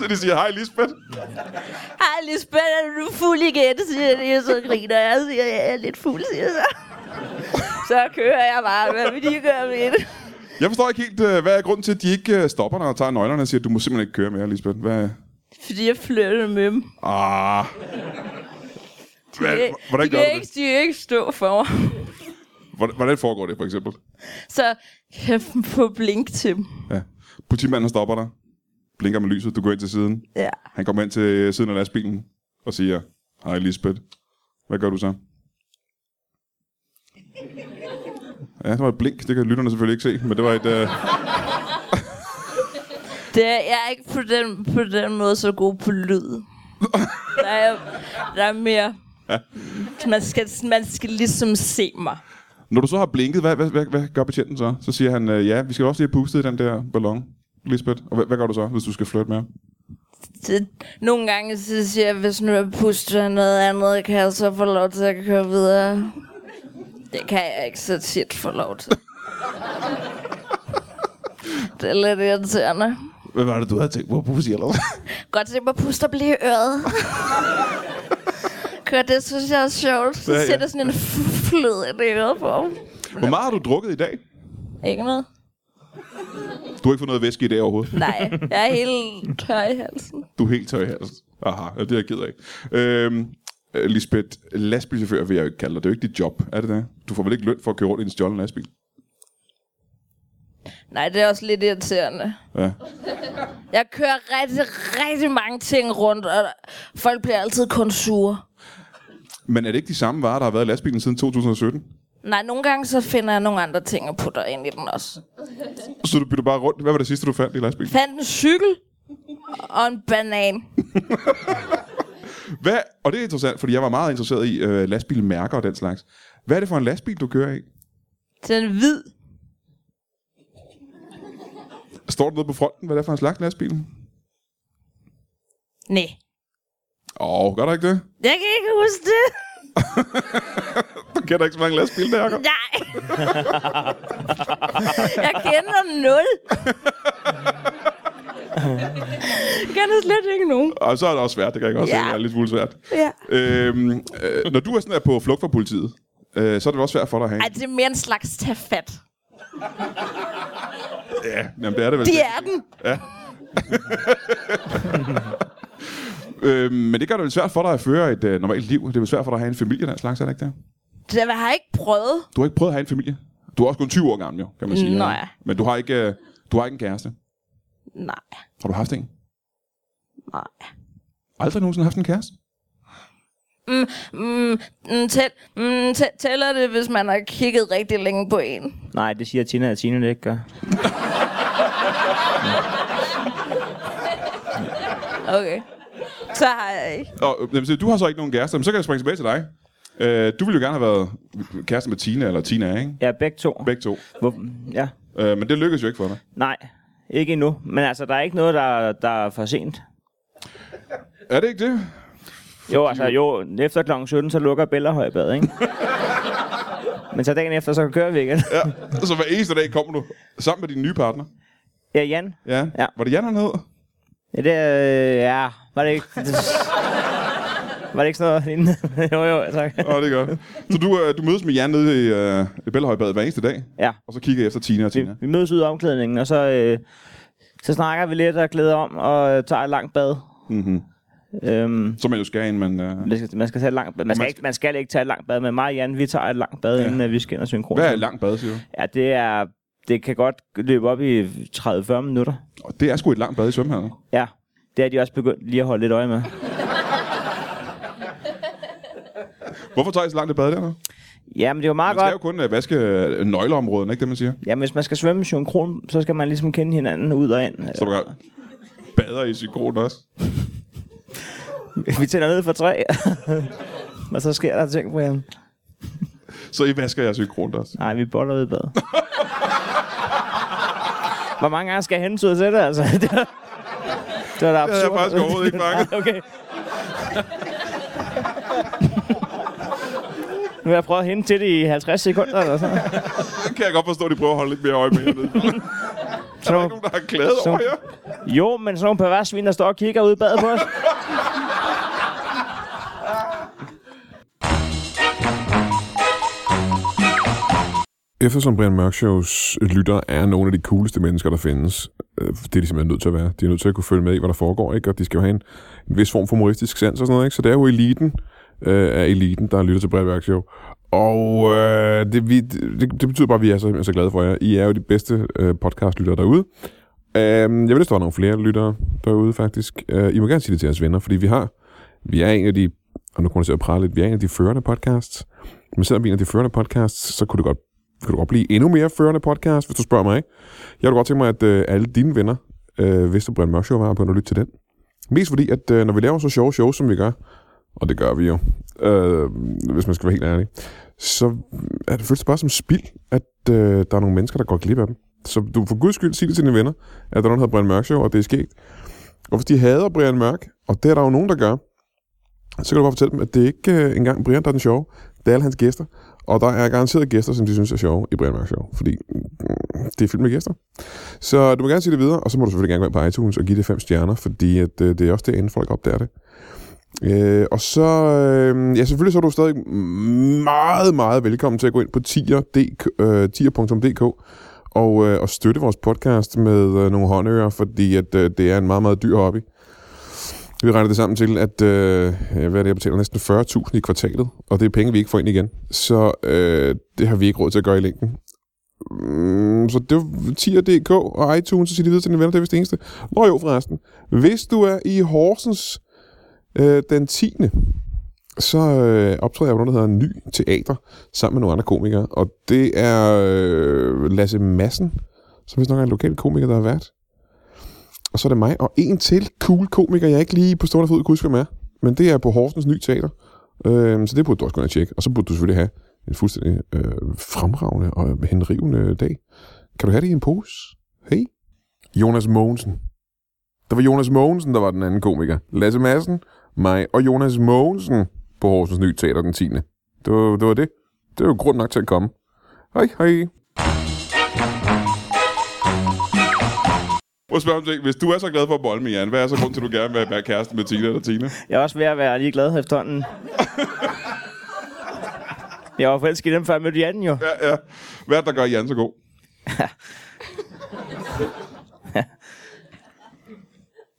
Så de siger, hej Lisbeth.
Hej, Lisbeth, er du fuld igen? Siger de, og så griner jeg, og siger, jeg er lidt fuld, siger jeg så. Så kører jeg bare, hvad vil de gøre ved det?
Jeg forstår ikke helt, øh, hvad er grunden til, at de ikke øh, stopper dig og tager nøglerne og siger, du må simpelthen ikke køre mere, Lisbeth. Hvad?
Fordi jeg flytter med dem.
Ah. Hvad,
De,
hvordan,
de,
gør
kan
du
ikke,
det?
de kan ikke stå for mig.
Hvordan- hvordan foregår det, for eksempel?
Så kan jeg få blink til dem.
Ja. Politimanden stopper dig, blinker med lyset, du går ind til siden.
Ja.
Han kommer ind til siden af lastbilen og siger, hej Lisbeth, hvad gør du så? Ja, det var et blink, det kan lytterne selvfølgelig ikke se, men det var et... Øh...
Det er, jeg er ikke på den, på den måde så god på lyd. Der er, der er mere... Man skal, man skal ligesom se mig.
Når du så har blinket, hvad, hvad, hvad, hvad gør betjenten så? Så siger han, øh, ja, vi skal også lige have pustet i den der ballon, Lisbeth. Og hvad, hvad gør du så, hvis du skal flytte med ham?
Det, nogle gange så siger jeg, hvis nu jeg puster noget andet, kan jeg så få lov til at køre videre. Det kan jeg ikke så tit få lov til. det er lidt irriterende.
Hvad var det, du havde tænkt på, Pussy, eller hvad?
Godt se mig puste og blive i øret. Kør, det synes jeg er sjovt. Så
Ja, ja.
ja, sætter sådan en flød ind i øret på ham.
Hvor meget har du drukket i dag?
Ikke noget?
Du har ikke fået noget væske i dag overhovedet.
Nej, jeg er helt tør i halsen.
Du er helt tør i halsen. Aha, det er jeg ked af. Øhm, øh, Lisbeth, lastbilchauffør vil jeg jo ikke kalde dig. Det er jo ikke dit job, er det det? Du får vel ikke løn for at køre rundt i en stjålen lastbil?
Nej, det er også lidt irriterende.
Ja.
Jeg kører rigtig, rigtig mange ting rundt, og folk bliver altid kun sure.
Men er det ikke de samme varer, der har været i lastbilen siden 2017?
Nej, nogle gange så finder jeg nogle andre ting og putter ind i den også.
Så du bytter bare rundt. Hvad var det sidste, du fandt i lastbilen?
Fandt en cykel og en banan.
Hvad? Og det er interessant, fordi jeg var meget interesseret i øh, lastbilmærker og den slags. Hvad er det for en lastbil, du kører i?
Den er hvid.
Står der noget på fronten? Hvad er det for en slags lastbil?
Nej,
Åh, oh, gør der ikke det?
jeg kan ikke huske det.
Du kender ikke så mange lastbilmærker.
Nej. jeg kender nul. jeg kender slet ikke nogen.
Og så er det også svært, det kan jeg også
Ja.
ja. se, det er lidt smule svært.
Ja.
Øhm, øh, når du er sådan her på flugt fra politiet, øh, så er det også svært for dig at have.
Ej, det er mere en slags tag fat.
Ja, jamen, det er det vel.
Det er den.
Øhm, men det gør det vel svært for dig at føre et øh, normalt liv. Det er vel svært for dig at have en familie, og den slags, er det ikke det?
Det har jeg ikke prøvet.
Du har ikke prøvet at have en familie. Du er også kun 20 år gammel, jo, kan man sige. ikke?
Nå ja.
Men du har ikke, øh, du har ikke en kæreste.
Nej,
Har du haft en?
nej.
Aldrig nogensinde haft en kæreste?
Mm, mm, mm, tæl, mm, tæ- tæller det, hvis man har kigget rigtig længe på en?
Nej, det siger Tina, at Tina det ikke gør.
Okay. Så har jeg ikke.
Og, øh, jamen, så du har så ikke nogen kæreste, men så kan jeg springe tilbage til dig. Øh, du ville jo gerne have været kæreste med Tina, eller Tina, ikke?
Ja, begge to.
Begge to.
Hvor, ja,
Øh, men det lykkedes jo ikke for dig.
nej. Ikke endnu. Men altså, der er ikke noget, der, der er for sent.
Er det ikke det?
Jo, altså jo, efter kl. 17, så lukker Bellahøjbadet, ikke? Men så dagen efter, så kører vi igen.
Ja. Så hver eneste dag kommer du sammen med din nye partner.
Ja, Jan.
Ja.
Ja.
Var det Jan, han hed?
Ja, det øh, ja, var det ikke... Det, var det ikke sådan noget lignende? jo, jo, altså. tak.
Åh, oh, det er godt. Så du, øh, du mødes med Jan nede i, øh, i Bellehøjbadet hver eneste dag,
Ja,
og så kigger I efter Tina og
vi,
Tina.
vi mødes ud i omklædningen, og så, øh, så snakker vi lidt og glæder om, og øh, tager et langt bad. Mm-hmm. Øhm,
Som man jo skal, inden man... Øh...
man skal, man skal tage et langt bad. Man skal, ikke, man skal ikke tage et langt bad, men mig og Jan, vi tager et langt bad, ja. inden at vi skal ind og synkron.
Hvad er et langt bad, siger du?
Ja, det er... Det kan godt løbe op i 30-40 minutter.
Og det er sgu et langt bad i svømmehallen.
Ja, det er de også begyndt lige at holde lidt øje med.
Hvorfor tager I så langt et bad dernede?
Jamen, det er jo meget
Man skal
godt.
jo kun øh, vaske øh, nøgleområderne, ikke det, man siger?
Jamen, hvis man skal svømme i synkron, så skal man ligesom kende hinanden ud og ind.
Så du gør, bader i synkron også.
Vi tænder ned for tre. og så sker der ting på ham.
Så I vasker jeres synkron også.
Nej, vi boller ud i bad. Hvor mange gange skal jeg hentyde til det, altså? det var, det var da absurd.
havde jeg faktisk overhovedet ikke fanget.
Nej, okay. nu har jeg prøvet at hente til det i 50 sekunder eller sådan noget.
Det kan jeg godt forstå, at de prøver at holde lidt mere øje med hernede.
Så
Der er ikke nogen, der har klædet
Så-
over jer.
Jo, men sådan nogle perverse svin, der står og kigger ud i badet på os.
Eftersom Brian Mørk Shows lytter er nogle af de cooleste mennesker, der findes, øh, det er de simpelthen nødt til at være. De er nødt til at kunne følge med i, hvad der foregår, ikke? og de skal jo have en, en vis form for humoristisk sans og sådan noget. Ikke? Så det er jo eliten øh, af eliten, der lytter til Brian Mørk Show. Og øh, det, vi, det, det betyder bare, at vi er så, simpelthen så glade for jer. I er jo de bedste øh, podcastlyttere derude. Øh, jeg vil ønske, der var nogle flere lyttere derude, faktisk. Øh, I må gerne sige det til jeres venner, fordi vi har... Vi er en af de... Og nu kommer jeg til at prale lidt. Vi er en af de førende podcasts. Men selvom vi er en af de førende podcasts, så kunne det godt kan du godt blive endnu mere førende podcast, hvis du spørger mig, ikke? Jeg kunne godt tænke mig, at øh, alle dine venner øh, vidste, at Brian Mørk Show var og begyndte at lytte til den. Mest fordi, at øh, når vi laver så sjove shows, som vi gør, og det gør vi jo, øh, hvis man skal være helt ærlig, så er det føles bare som spild, at øh, der er nogle mennesker, der går glip af dem. Så du for guds skyld sig det til dine venner, at der er nogen, der hedder Brian Mørk Show, og det er sket. Og hvis de hader Brian Mørk, og det er der jo nogen, der gør, så kan du bare fortælle dem, at det er ikke øh, engang Brian, der er den sjove. Det er alle hans gæster. Og der er garanteret gæster, som de synes er sjove i Brian Mørk Show, fordi mm, det er fyldt med gæster. Så du må gerne sige det videre, og så må du selvfølgelig gerne gå ind på iTunes og give det fem stjerner, fordi at, øh, det er også derinde, folk opdager det. Øh, og så, øh, ja selvfølgelig så er du stadig meget, meget velkommen til at gå ind på tier.dk, øh, tier.dk og, øh, og støtte vores podcast med øh, nogle håndører, fordi at, øh, det er en meget, meget dyr hobby. Vi regner det sammen til, at øh, hvad er det, jeg betaler næsten 40.000 i kvartalet, og det er penge, vi ikke får ind igen. Så øh, det har vi ikke råd til at gøre i længden. Mm, så det var tier.dk og iTunes, så siger de videre til dine venner, det er vist det eneste. Nå jo, forresten. Hvis du er i Horsens øh, den 10. Så øh, optræder jeg på noget, der hedder Ny Teater, sammen med nogle andre komikere. Og det er øh, Lasse Madsen, som vist nok er en lokal komiker, der har været. Og så er det mig, og en til cool komiker, jeg ikke lige på stående fod kan huske, hvem er. Men det er på Horsens Ny Teater. Øh, så det burde du også gå ind og tjekke. Og så burde du selvfølgelig have en fuldstændig øh, fremragende og henrivende dag. Kan du have det i en pose? Hey. Jonas Mogensen. Der var Jonas Mogensen, der var den anden komiker. Lasse Madsen, mig og Jonas Mogensen på Horsens Ny Teater den 10. Det var det. Var det. det var jo grund nok til at komme. Hej, hej.
Prøv at spørge om ting. Hvis du er så glad for at bolle med Jan, hvad er så grund til, at du gerne vil være kæreste med Tina eller Tina?
Jeg er også ved at være lige glad efterhånden. Jeg var forelsket i dem, før jeg mødte Jan jo.
Ja, ja. Hvad er det, der gør Jan så god?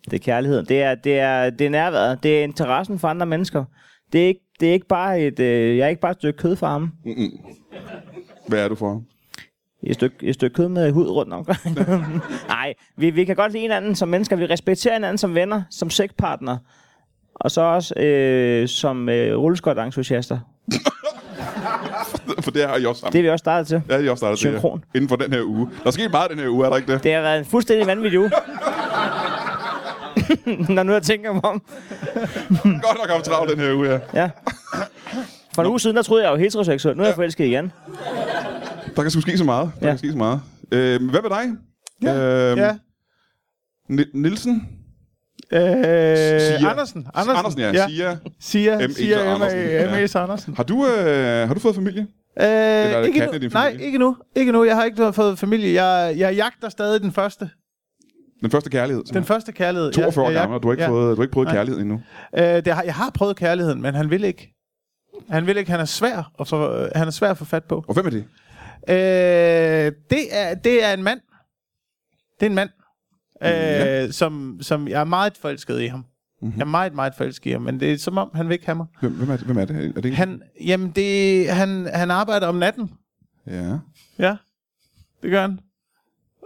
Det er kærligheden. Det er, det er, det er nærværet. Det er interessen for andre mennesker. Det er ikke, det er ikke bare et, øh, jeg er ikke bare et stykke kød for ham.
Hvad er du for ham?
Et stykke, et stykke kød med hud rundt om. Nej, vi, vi kan godt lide hinanden som mennesker. Vi respekterer hinanden som venner, som sexpartner. Og så også øh, som øh, rulleskøjt-entusiaster.
For det har I også sammen.
Det er vi også startet til.
Det har I også startet til, ja.
Synkron.
Inden for den her uge. Der er sket meget den her uge, er der ikke det?
Det har været en fuldstændig vanvittig uge. Når nu jeg tænker mig om.
Godt nok haft travlt den her uge, ja.
Ja. For en uge siden, der troede jeg jo heteroseksuel. Nu er jeg forelsket igen.
Der kan sgu ske så meget. Der ja.
Ja.
kan ske så meget. Øhm, hvad med dig? Ja. Øhm,
Ja.
Ni- Nielsen?
Øh,
Sia.
Andersen.
Andersen, Andersen ja. ja. Sia.
Sia,
M.E.
Sia,
Andersen. Ja.
M.A. M.A. Andersen.
Har du, øh, har du fået familie? er
Øh,
det
ikke
katten i
nu,
din
nej,
familie?
ikke nu. Ikke nu. Jeg har ikke fået familie. Jeg, jeg jagter stadig den første.
Den første kærlighed. Den
Den første kærlighed.
42 år
jeg, jeg,
gammel, og du har ikke, ja. fået, du har ikke prøvet kærlighed endnu.
Øh, det har, jeg har prøvet kærligheden, men han vil ikke. Han vil ikke. Han er svær at få, øh, han er svær at få fat på.
Og hvem er det?
Øh, det, er, det er en mand. Det er en mand, øh,
ja. Mhm.
som, som jeg er meget forelsket i ham. Mm-hmm. Jeg er meget, meget forelsket i ham, men det er som om, han vil ikke have mig.
Hvem, hvem er det? Hvem er det? Er det en?
Han, jamen, det, han, han arbejder om natten.
Ja.
Ja, det gør han.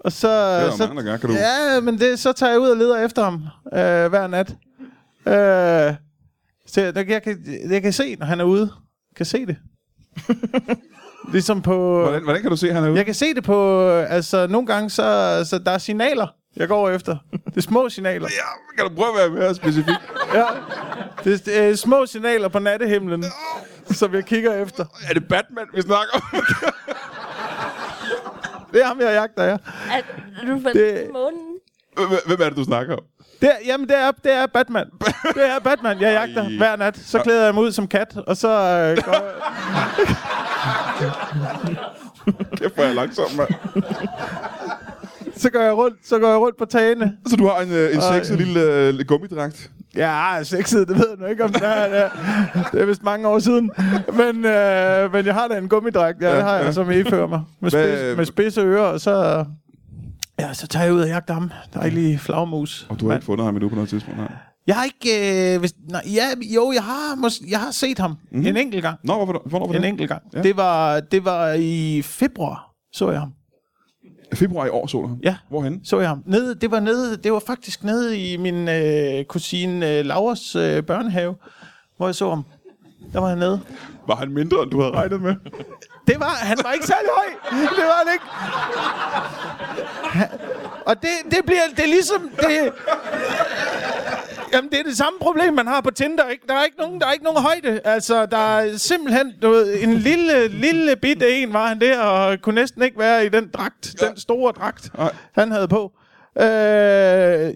Og så...
Det er der
så
mange, der gør. Kan du...
Ja, men det, så tager jeg ud og leder efter ham øh, hver nat. Øh, så jeg, jeg, kan, jeg kan se, når han er ude. Jeg kan se det. ligesom på...
Hvordan, hvordan kan du se, at han er ude?
Jeg kan se det på... øh, Altså, nogle gange, så, så der er signaler, jeg går efter. Det er små signaler.
Ja, kan du prøve at være mere specifik?
Ja. Det er øh, små signaler på nattehimlen, som jeg kigger efter.
er det Batman, vi snakker om?
Det er ham, jeg jagter, ja.
Er, er du for
Det-
det... månen?
Hvem- hvem er det, du snakker om?
Det er, jamen, det er, det er Batman. Det er Batman, jeg jagter
Ej.
hver nat. Så klæder jeg mig ud som kat, og så... Øh, går, jeg-
Kæft, hvor er jeg langsom, mand.
så går jeg rundt, så går jeg rundt på tagene.
Så du har en, øh, en sexet lille øh, gummidragt?
Ja, sexet, det ved jeg nu ikke, om det er. Det er, det er vist mange år siden. Men, øh, men jeg har da en gummidragt, ja, det har jeg,
ja.
som ifører mig. Med,
Hvad- øh,
spids, med spidse ører, og så... Ja, så tager jeg ud og jagter ham. Dejlig flagmus.
Og du har ikke fundet ham endnu på noget tidspunkt, nej?
Jeg har ikke... Øh, hvis, nej, ja, jo, jeg har, mås, jeg har set ham mm-hmm. en enkelt gang.
Nå, hvorfor, hvornår var det?
En enkelt gang.
Mhm. Ja.
Ja. Det, var, det var i februar, så jeg ham.
Februar i år så du ham?
Ja.
Hvorhen?
Så jeg ham. Nede, det, var nede, det var faktisk nede i min øh, kusine øh, Lauras øh, børnehave, hvor jeg så ham. Der var han nede.
Var han mindre, end du havde regnet med?
Det var, han var ikke særlig høj. Det var han ikke. Og det, det bliver, det er ligesom, det, Jamen, det er det samme problem, man har på Tinder. Ikke? Der, er ikke nogen, der er ikke nogen højde. Altså, der er simpelthen, du ved, en lille, lille bitte en var han der, og kunne næsten ikke være i den dragt, ja. den store dragt,
Nej.
han havde på. Øh,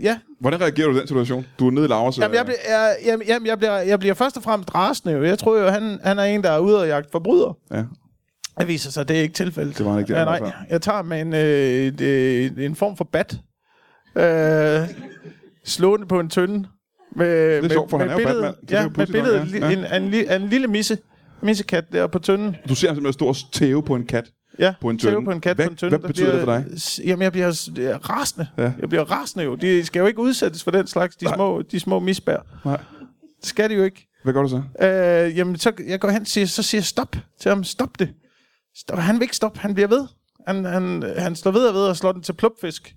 ja,
Hvordan reagerer du i den situation? Du er nede i øh, Lauras...
Jamen, jeg, bliver, jeg, jamen, jamen, jeg, bliver, jeg bliver først og fremmest rasende. jo. Jeg tror jo, han, han er en, der er ude og jagte forbryder.
Ja.
Det viser sig, det er ikke tilfældet.
Det var ikke det,
ja,
han var
nej.
før.
Jeg tager med en, øh, et, øh, en form for bat. Øh, slående på en tønde. Med,
er sjovt, for han er jo Batman, så det er
Ja,
jo
med
pudsigt nok,
billedet
ja.
ja. en, af en, li- af en lille misse. Missekat der på tønden.
Du ser ham simpelthen stå og tæve på en kat.
Ja,
På en
tæve
tønde.
På en kat
Hvad-
på en tønde.
hvad
Der
betyder det for dig?
s- Jamen, jeg bliver s- jeg er rasende.
Ja.
Ja. Jeg bliver rasende jo. De skal jo ikke udsættes for den slags, de,
Nej.
små, de små misbær.
Nej.
Det skal de jo ikke.
Hvad gør du så?
Øh, jamen, så jeg går hen og siger, så siger jeg stop til ham. Stop det. Stop. Han vil ikke stoppe. Han bliver ved. Han, han, han slår ved og ved og slår den til plupfisk.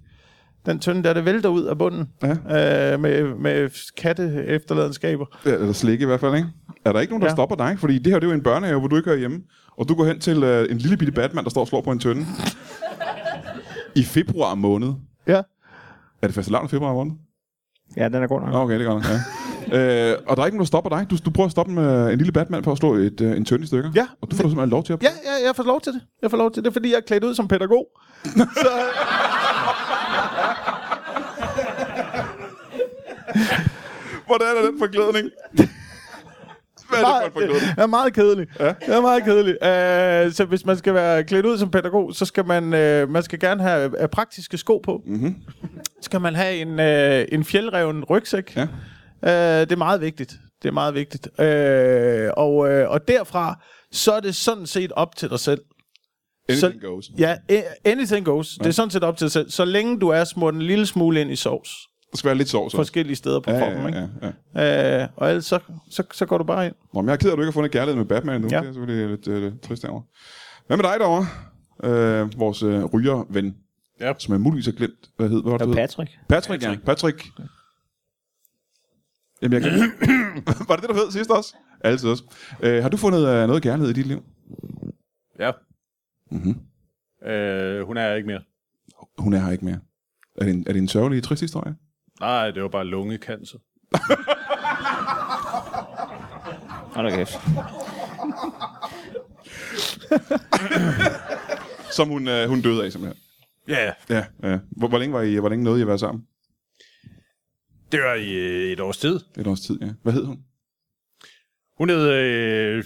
Den tynde der, det vælter ud af bunden.
Ja.
Øh, med, med katte efterladenskaber.
Ja, Eller slik i hvert fald, ikke? Er der ikke nogen, der ja.
Ja.
stopper dig? Fordi det her det er jo en børnehave, hvor du ikke hører hjemme. Og du går hen til øh, en lille bitte Batman, der står og slår på en tønde. I februar måned.
Ja.
Er det første lavn februar måned?
Ja, den er god nok.
Nå, Okay, det er godt nok, ja. øh, og der er ikke nogen, der stopper dig. Du, du prøver at stoppe med øh, en lille Batman for at slå et, øh, en tønde i stykker.
Ja.
Og du får du simpelthen lov til at...
Ja, ja, jeg får lov til det. Jeg får lov til det, fordi jeg er klædt ud som pædagog. så...
Hvordan er den forklædning? Hvad er det for en forklædning?
det er meget kedelig. Ja. Det er meget kedelig. Øh, så hvis man skal være klædt ud som pædagog, så skal man, øh, man skal gerne have øh, praktiske sko på. Mm-hmm. Skal man have en, øh, en fjeldreven rygsæk.
Ja.
Øh, det er meget vigtigt. Det er meget vigtigt. Øh, og, øh, og derfra, så er det sådan set op til dig selv.
Anything
Så-
goes.
Ja, a- anything goes. Ja. Det er sådan set op til dig selv. Så længe du er smurt en lille smule ind i sovs.
Der skal være lidt sovs også.
Forskellige steder på
Ja,
kroppen,
ja, ja, ja.
ikke? Øh, og ellers så, så, så går du bare ind.
Nå, men jeg er ked af, at du ikke har fundet kærlighed med Batman nu. Ja.
Ja.
Det er selvfølgelig lidt, øh, lidt trist derovre. Hvad med dig derovre? Øh, vores øh, rygerven. Ja. Som jeg muligvis har glemt. Hvad hed hvad var det,
Og
du hed?
Patrick.
Patrick, ja. Patrick. Jamen, jeg kan... var det det, du hed sidst også? Altid også. Øh, har du fundet øh, noget kærlighed i dit liv?
Ja. Mm-hmm. Øh, hun er ikke mere.
Hun er her ikke mere. Er det en, er det en sørgelig, trist historie?
Nej, det var bare lungekancer.
Hold da kæft.
Som hun, øh, hun døde af, simpelthen.
Ja, yeah.
Ja, ja. Hvor, hvor, længe var I, hvor længe nåede I at være sammen?
det var i øh, et års tid.
Et års tid, ja. Hvad hed hun?
Hun hed... Øh, øh,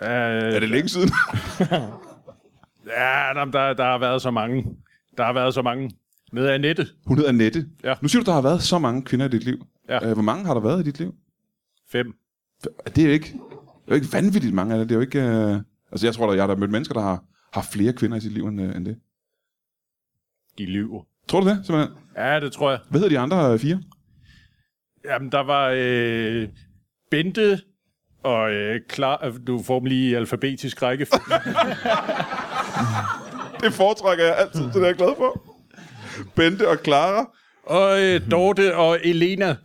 Er det længe siden?
Ja, jamen, der, der har været så mange. Der har været så mange. Nede af nettet.
Hun hedder Annette.
Ja.
Nu siger du, der har været så mange kvinder i dit liv.
Ja.
Øh, hvor mange har der været i dit liv?
Fem.
Det er jo ikke, det er jo ikke vanvittigt mange af det. Det er jo ikke... Øh... Altså, jeg tror, at jeg har da mødt mennesker, der har, har flere kvinder i sit liv end, øh, end det.
De lyver.
Tror du det, simpelthen?
Ja, det tror jeg.
Hvad hedder de andre øh, fire?
Jamen, der var øh, Bente og øh, Klar... Du får dem lige i alfabetisk rækkefølge.
Det foretrækker jeg altid, det er jeg glad for. Bente og Clara.
og øh, Dorte og Elena.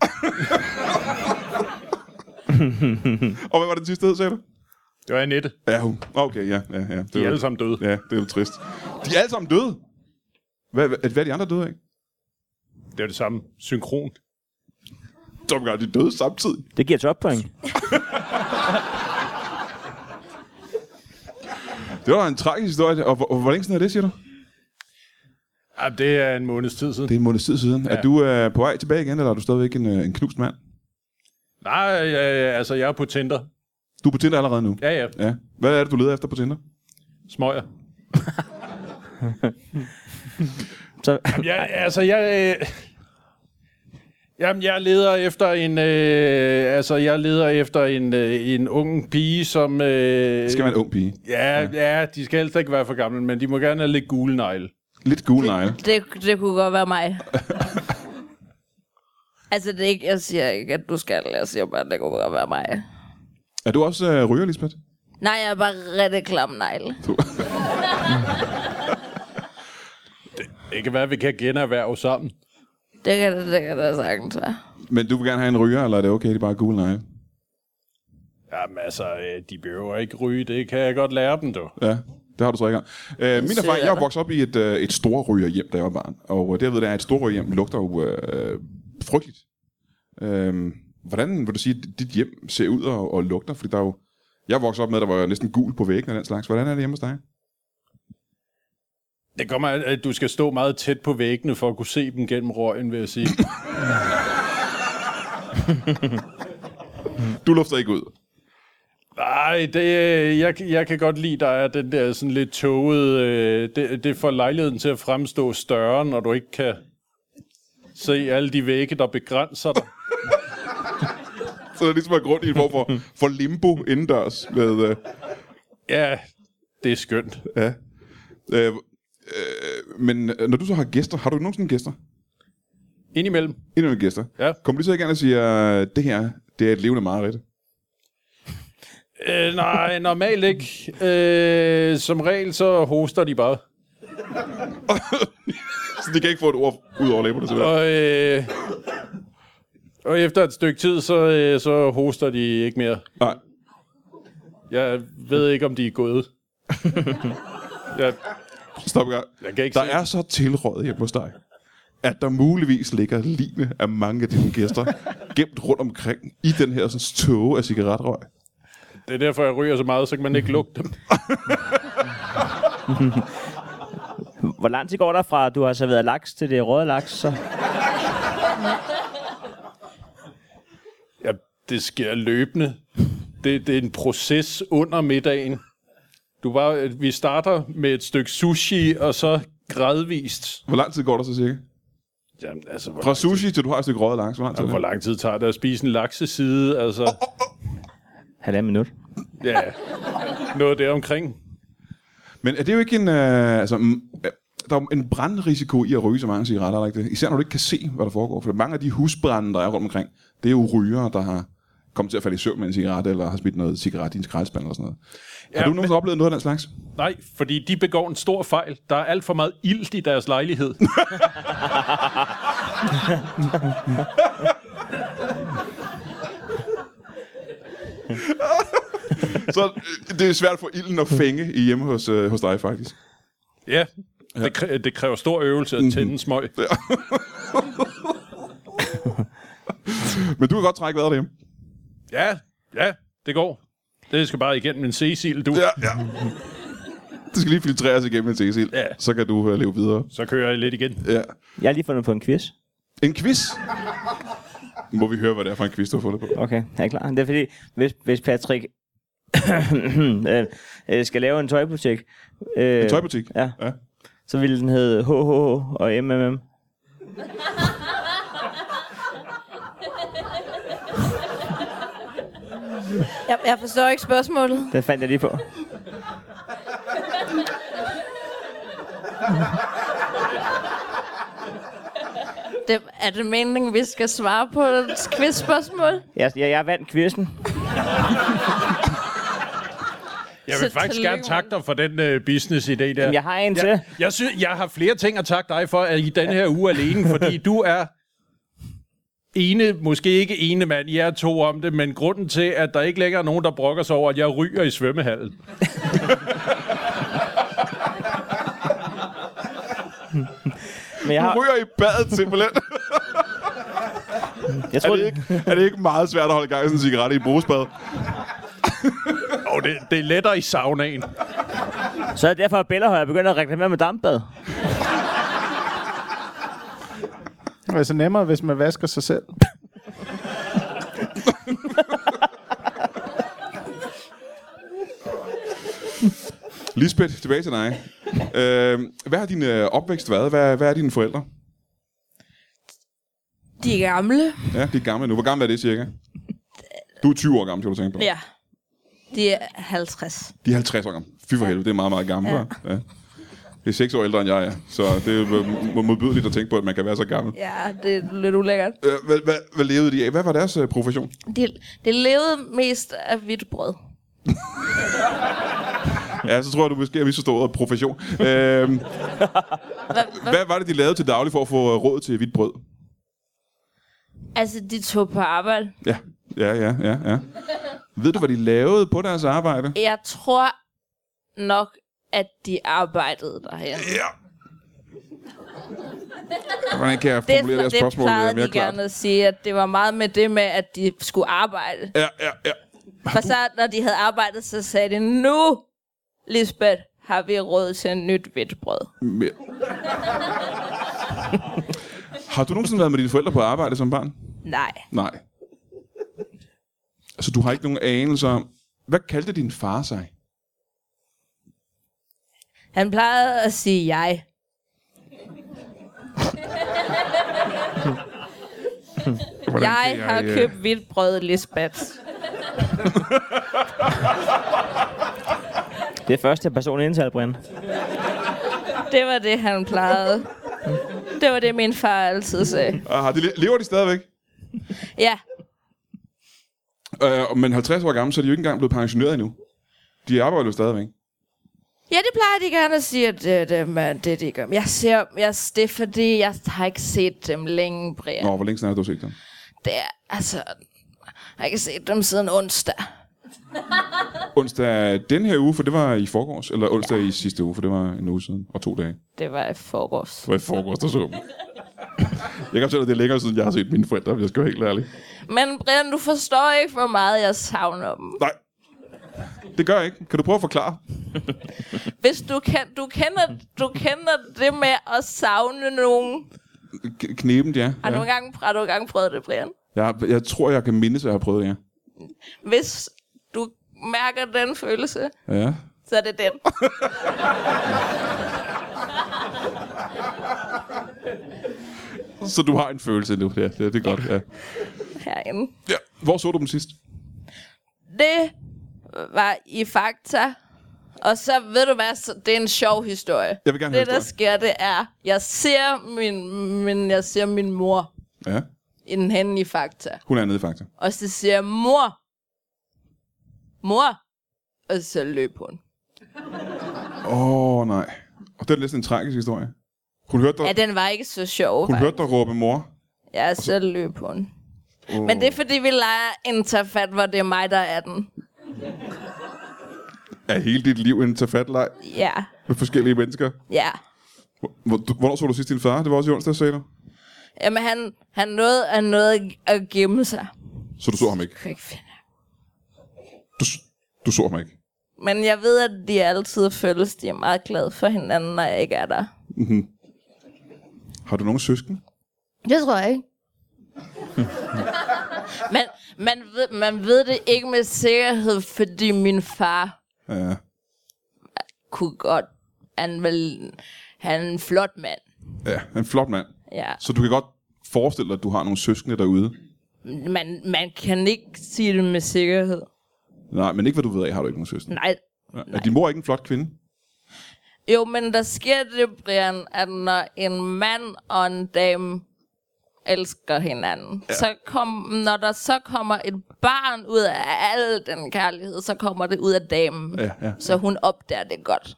Og hvad var det sidste hed, sagde du?
Det var Annette.
Ja, hun. Okay, ja. ja, ja. Det
De er
var-
alle sammen døde.
Ja, det er lidt trist. De er alle sammen døde. Hvad, hvad, hvad er de andre døde af?
Det var det samme. Synkron.
Tom Gang, de er døde samtidig.
Det giver toppoint.
Det var da en tragisk historie. Og hvor, og hvor længe siden er det, siger du?
Ja, det er en måneds tid siden.
Det
Det...
er en måneds tid siden. Ja. Er du øh, på vej tilbage igen, eller er du stadigvæk en, øh, en knust mand?
Nej, øh, altså, jeg er på Tinder.
Du er på Tinder allerede nu.
Ja, ja.
ja. Hvad er det, du leder efter på Tinder?
Smøger.
Så,
Ja, altså, jeg... Øh... Jamen, jeg leder efter en, øh, altså, jeg leder efter en, øh, en ung pige, som... Øh,
Det skal være en ung pige.
ja, ja, de skal helst ikke være for gamle, men de må gerne have lidt gule negle.
Lidt gul negle.
Det, det kunne godt være mig. altså, det er ikke, jeg siger ikke, at du skal. Jeg siger bare, at det kunne godt være mig.
Er du også øh, ryger, Lisbeth?
Nej, jeg er bare rigtig klam negl.
Det kan være, at vi kan generhverve sammen.
Det kan det, det, kan det sagtens være.
Men du vil gerne have en ryger, eller er det okay, det er bare gul negle?
Jamen, altså, øh, de behøver ikke ryge, det kan jeg godt lære dem, du.
Ja, det har du så ikke. Øh, min erfaring, jeg er
Sikkert.
vokset op i et, øh, et storryger hjem, da jeg var barn. Og øh, derved er, at et storryger hjem lugter jo øh, frygteligt. Øh, hvordan vil du sige, at dit hjem ser ud og, og lugter? Fordi der er jo, jeg voksede op med, at der var næsten gul på væggen og den slags. Hvordan er det hjemme hos dig?
Det kommer, at du skal stå meget tæt på væggene for at kunne se dem gennem røgen, vil jeg sige.
Du lufter ikke ud.
Nej, det, øh, jeg, jeg kan godt lide, der er den der sådan lidt tåget... Øh, det, det får lejligheden til at fremstå større, når du ikke kan se alle de vægge, der begrænser dig.
Så der er ligesom er grund i en form for, for limbo indendørs. Med, øh,
Ja, det er skønt.
øh, øh, men øh, når du så har gæster, har du nogensinde gæster?
Indimellem.
Endnu en gæster.
Ja.
Kommer de så ikke an og siger, det her, det er et levende mareridt?
Øh, nej, normalt ikke. Øh, som regel, så hoster de bare.
Så de kan ikke få et ord ud over læberne, simpelthen.
Og, øh, og efter et stykke tid, så, øh, så hoster de ikke mere.
Nej.
Jeg ved ikke, om de er gået. jeg,
Stop i gang.
jeg kan ikke
Der
se.
er så tilrådet hjemme hos dig, at der muligvis ligger ligne af mange af dine gæster gemt rundt omkring i den her sådan, tåge af cigaretrøg.
Det er derfor, jeg ryger så meget, så kan man ikke lugte dem.
Hvor lang tid går der fra, at du har serveret laks til det røde laks? Så?
Ja, det sker løbende. Det, det er en proces under middagen. Du var, vi starter med et stykke sushi, og så gradvist.
Hvor lang tid går der så cirka?
Jamen, altså, hvor,
Fra sushi til du har et stykke røget laks. Hvor lang tid? er det?
hvor lang tid tager det at spise en lakseside? Altså,
Halvandet minut.
ja, noget der omkring.
Men er det jo ikke en... Øh, altså, mm, øh, der er jo en brandrisiko i at ryge så mange cigaretter, er der ikke det? Især når du ikke kan se, hvad der foregår. For mange af de husbrænde, der er rundt omkring, det er jo rygere, der har kommet til at falde i søvn med en cigaret, eller har smidt noget cigaret i en skraldespand eller sådan noget. Ja, har du
men-
nogensinde men... oplevet noget af den slags?
Nej, fordi de begår en stor fejl. Der er alt for meget ilt i deres lejlighed.
Så øh, det er svært for ilden at fænge i hjemme hos, øh, hos dig, faktisk.
ja, det, kræ- det kræver stor øvelse at tænde en smøg.
Men du kan godt trække vejret derhjemme.
Ja, ja, det går. Det skal bare igennem en cecil, du.
Ja, ja. Det skal lige filtreres igennem en tesild.
Ja.
Så kan du øh, leve videre.
Så kører jeg lidt igen.
Ja.
Jeg har lige fundet på en quiz.
En quiz. Må vi høre, hvad det er for en quiz, du har fundet på?
Okay, er I klar? Det er fordi, hvis, hvis Patrick øh, øh, skal lave en tøjbutik, øh,
En tøjbutik?
ja.
ja.
så ville den hedde HHH og MMM.
Jeg, jeg forstår ikke spørgsmålet.
Den fandt jeg lige på.
Det, er det meningen, vi skal svare på et quizspørgsmål?
Jeg, jeg, jeg vandt quizzen.
Jeg vil
Så
faktisk
tillykke,
gerne takke dig for den øh, business-idé der.
Jamen, jeg har en til.
Jeg, jeg, synes, jeg har flere ting at takke dig for øh, i den her uge alene, fordi du er ene, måske ikke ene mand, I er to om det, men grunden til, at der ikke længere er nogen, der brokker sig over, at jeg ryger i svømmehallen.
Men jeg,
Du
har,
ryger i badet simpelthen.
jeg,
er,
tror,
det ikke, er det ikke meget svært at holde gang i sådan en cigaret i en brusbad?
Og det, det er lettere i saunaen.
så er det derfor, at Bellerhøj er begyndt at reklamere med dampbad.
Det er så nemmere, hvis man vasker sig selv.
Lisbeth, tilbage til dig. Øh, hvad har din øh, opvækst været? Hvad, hvad er dine forældre?
De er gamle.
Ja, de er gamle nu. Hvor gammel er det cirka? Du er 20 år gammel, skal du tænke på.
Ja. De er 50.
De er 50 år gammel. Fy for helvede, det er meget, meget gammelt. Ja. Ja. Det er 6 år ældre end jeg er, så det er jo m- modbydeligt at tænke på, at man kan være så gammel.
Ja, det er lidt ulækkert.
Øh, Hvad, hvad, hvad levede de af? Hvad var deres øh, profession?
Det de levede mest af hvidt brød.
Ja, så tror jeg, du måske har misforstået ordet profession. Øhm, hvad var det, de lavede til daglig for at få øh, råd til hvidt brød?
Altså, de tog på arbejde.
Ja, ja, ja, ja, ja. Ved du, hvad de lavede på deres arbejde?
Jeg tror nok, at de arbejdede derhen.
Ja. Hvordan kan jeg
Det,
formulere deres
det
spørgsmål øh,
plejede
mere
de
klart?
gerne at sige, at det var meget med det med, at de skulle arbejde.
Ja, ja, ja.
For så, når de havde arbejdet, så sagde de, nu, Lisbeth, har vi råd til en nyt hvidt brød.
Mere. Har du nogensinde været med dine forældre på arbejde som barn?
Nej.
Altså, Nej. Så du har ikke nogen anelse om, Hvad kaldte din far sig?
Han plejede at sige jeg.
Hvordan
Jeg
kan
har
øh,
købt hvidt brød, Lisbeth.
Det er første person indtalt, Brian.
Det var det, han plejede. Det var det, min far altid sagde.
Ah, de le- lever de stadigvæk?
Ja,
Uh, men 50 år gamle, så er de jo ikke engang blevet pensioneret endnu. De arbejder jo stadigvæk.
Ja, det plejer de gerne at sige, at det, det, man, det de gør. Jeg ser, jeg, det er fordi, jeg har ikke set dem længe, Brian.
Nå, hvor længe snart har du set dem?
Det er, altså, jeg har ikke set dem siden onsdag.
Onsdag den her uge, for det var i forgårs, eller onsdag ja. i sidste uge, for det var en uge siden, og to dage.
Det var i forgårs.
Det var i forgårs, der så dem. Jeg kan fortælle dig, det er længere siden, jeg har set mine forældre, hvis jeg skal være helt ærlig.
Men Brian, du forstår ikke, hvor meget jeg savner dem.
Nej, det gør jeg ikke. Kan du prøve at forklare?
Hvis du, kan, du, kender, du kender det med at savne nogen.
K- knebent, ja.
Har, du
ja.
engang, har du engang prøvet det, Brian?
Jeg, jeg tror, jeg kan mindes, at jeg har prøvet det, ja.
Hvis du mærker den følelse,
Ja.
så er det den.
Så du har en følelse nu, ja, det, det er godt. Ja.
herinde.
ja. Hvor så du dem sidst?
Det var i Fakta. Og så ved du hvad, så det er en sjov historie.
Jeg vil gerne
det,
høre
der
historien.
sker, det er, jeg ser min, min, jeg ser min mor
Ja,
inden hen i Fakta.
hun er nede faktisk.
Og så siger jeg, mor, mor, og så løb hun.
Åh, oh, nej. Og det er næsten en tragisk historie. Hun hørte dig,
Ja, den var ikke så sjov.
hun
faktisk.
hørte dig råbe mor.
Ja, så løb hun. Oh. Men det er fordi, vi leger interfat, hvor det er mig, der er den.
Er hele dit liv en tafatleg
Ja,
med forskellige mennesker?
ja.
Hvor- hvor- du- Hvornår så du sidst din far? Det var også i onsdag, sagde du.
Jamen, han, han nåede, han nåede at gemme sig.
Så du så ham ikke?
Jeg kunne ikke finde
Du, s- du så ham ikke.
Men jeg ved, at de altid føles, de er meget glade for hinanden, når jeg ikke er der.
Har du nogen søsken?
Det tror jeg ikke. Men man ved, man ved det ikke med sikkerhed, fordi min far
Ja.
kunne godt... Han, vel, han er en flot mand.
ja, en flot mand.
Ja.
Så du kan godt forestille dig, at du har nogle søskende derude.
Man, man kan ikke sige det med sikkerhed.
Nej, men ikke hvad du ved af, har du ikke nogen søskende.
Nej.
Nej. Er din mor ikke en flot kvinde?
Jo, men der sker det, Brian, at når en mand og en dame elsker hinanden, ja. så kom, når der så kommer et barn ud af al den kærlighed, så kommer det ud af damen.
Ja, ja.
Så hun opdager det godt.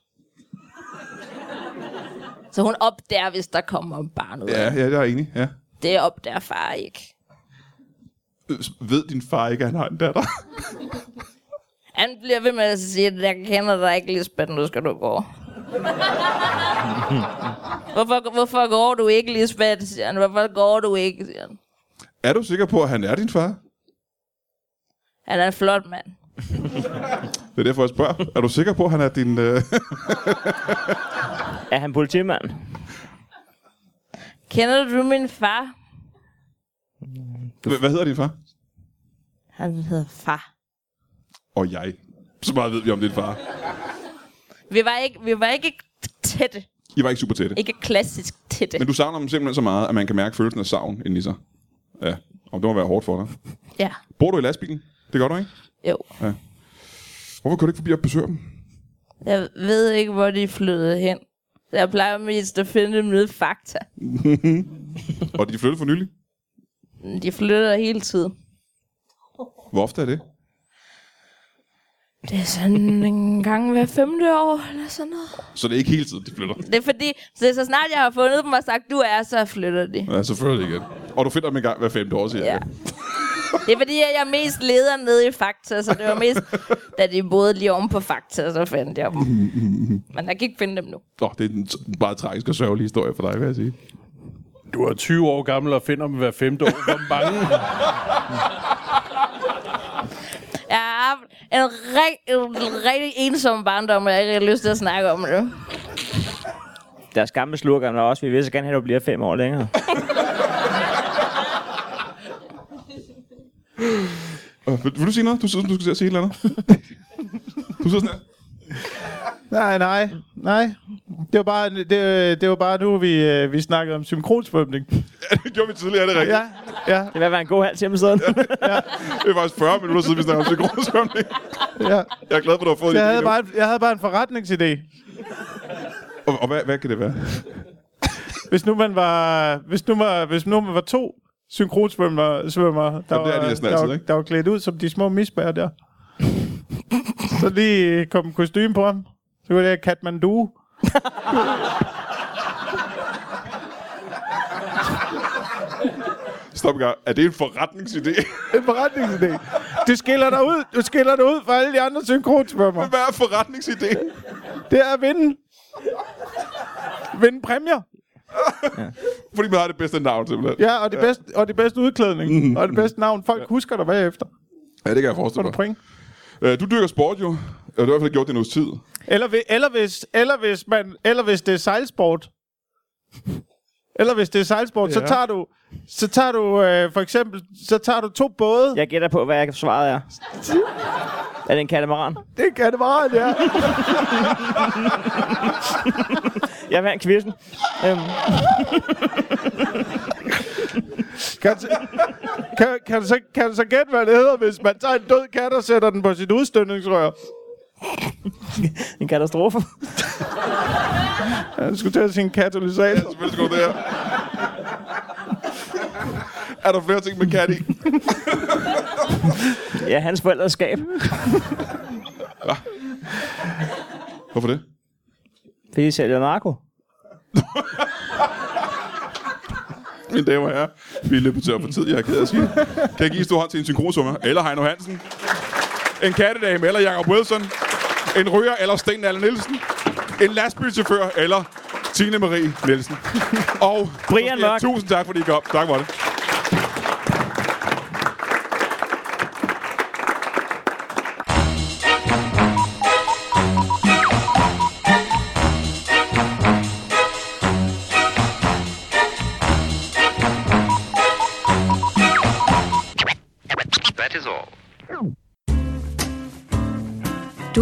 Så hun opdager, hvis der kommer et barn ud af
Ja,
det.
ja, jeg er enig. Ja.
Det opdager far ikke.
Øh, s- Ved din far ikke, at han har en datter?
Han bliver ved med at sige, at jeg kender dig ikke, Lisbeth, nu skal du gå. hvorfor, hvorfor går du ikke, Lisbeth, siger han. Hvorfor går du ikke, siger han.
er du sikker på, at han er din far?
Han er en flot mand.
Det er derfor, jeg spørger. Er du sikker på, at han er din... Øh...
Er han politimand?
Kender du min far?
Hva- Hvad hedder din far?
Han hedder far.
Og jeg. Så meget ved vi om din far.
Vi var ikke, vi var ikke tætte.
I var ikke super tætte.
Ikke klassisk tætte.
Men du savner dem simpelthen så meget, at man kan mærke følelsen af savn inden i sig. Ja, om det må være hårdt for dig.
Ja.
Bor du i lastbilen? Det gør du ikke?
Jo.
Hvorfor kunne du ikke forbi og besøge dem?
Jeg ved ikke, hvor de flyttede hen. Så jeg plejer mest at finde dem nede i fakta.
Og de flyttede for nylig.
De flytter hele tiden.
Hvor ofte er det?
Det er sådan en gang hver femte år, eller sådan noget.
Så det er ikke hele tiden, de flytter.
Det er fordi, så, så snart jeg har fundet dem og sagt, du er, så flytter de.
Ja, selvfølgelig igen. Og du finder dem en gang hver femte år, siger
Ja.
jeg.
Det er fordi, at jeg er mest leder nede i Fakta, så det var mest, da de boede lige oven på Fakta, så fandt jeg dem. Men jeg kan ikke finde dem nu.
Nå, det er en t- meget tragisk og sørgelig historie for dig, vil jeg sige.
Du er 20 år gammel og finder dem hver femte år. Hvor mange?
Jeg har haft en, rig- en rigtig ensom barndom, og jeg har ikke lyst til at snakke om det.
Deres gamle slurker, er også, vi vil så gerne have, at du bliver fem år længere.
Øh, vil, vil, du sige noget? Du synes, du skal til at sige et eller andet. Du sidder sådan her.
Nej, nej, nej. Det var bare, det, det var bare nu, vi, øh, vi snakkede om synkronsvømning.
Ja, det gjorde vi tidligere, er det rigtigt?
Ja, ja,
Det vil være en god halv time siden.
Det er faktisk 40 minutter siden, vi snakkede om synkronsvømning.
ja.
Jeg er glad for, at du har fået
Jeg
det.
havde, bare en, jeg havde bare en forretningsidé.
Og, og hvad, hvad kan det være?
Hvis nu man var, hvis nu var, hvis nu man var to synkronsvømmer, svømmer, der,
Og det er de
var,
næsten
der,
altid,
var,
ikke?
der var klædt ud som de små misbær der. så lige kom kostume på ham. Så kunne det være Kathmandu.
Stop en gang. Er det en forretningsidé?
En forretningsidé. Du skiller dig ud, du skiller dig ud fra alle de andre synkronsvømmer.
hvad er forretningsidéen?
Det er at vinde. Vinde præmier.
Fordi man har det bedste navn, simpelthen.
Ja, Mhm. og det bedste, og det bedste udklædning. og det bedste navn. Folk husker dig bagefter.
ja det kan jeg
Får
forestille
du
mig.
point.
Øh, Du dyrker sport jo. Og du har i hvert fald gjort det en uges tid.
Eller, hvis, eller, hvis, eller, hvis man, eller hvis det er sejlsport. Eller hvis det er sejlsport, ja. så tager du, så tager du øh, for eksempel, så tager du to både. Ja.
Jeg gætter på, hvad jeg svaret er. Er det en katamaran?
Det kan det være, ja.
Jeg vandt quizzen. Øhm,
kan, kan, kan, du så, kan du så gætte, hvad det hedder, hvis man tager en død kat og sætter den på sit udstødningsrør?
en katastrofe.
Ja, du skulle til at sige en katalysator.
Selvfølgelig skal du det her. Er der flere ting med kat i?
Ja, hans forældres skab.
Hvorfor det?
Fordi de sælger narko.
Mine damer og herrer, vi er lidt tør for tid, jeg er ked af at sige. det. Kan jeg give en stor hånd til en synkronsummer? Eller Heino Hansen? En kattedame eller Jacob Wilson? En ryger eller Sten Allen Nielsen? En lastbilchauffør eller Tine Marie Nielsen? Og
Brian
måske,
Mørk.
tusind tak, fordi I kom. Tak for det.
That is all.
Du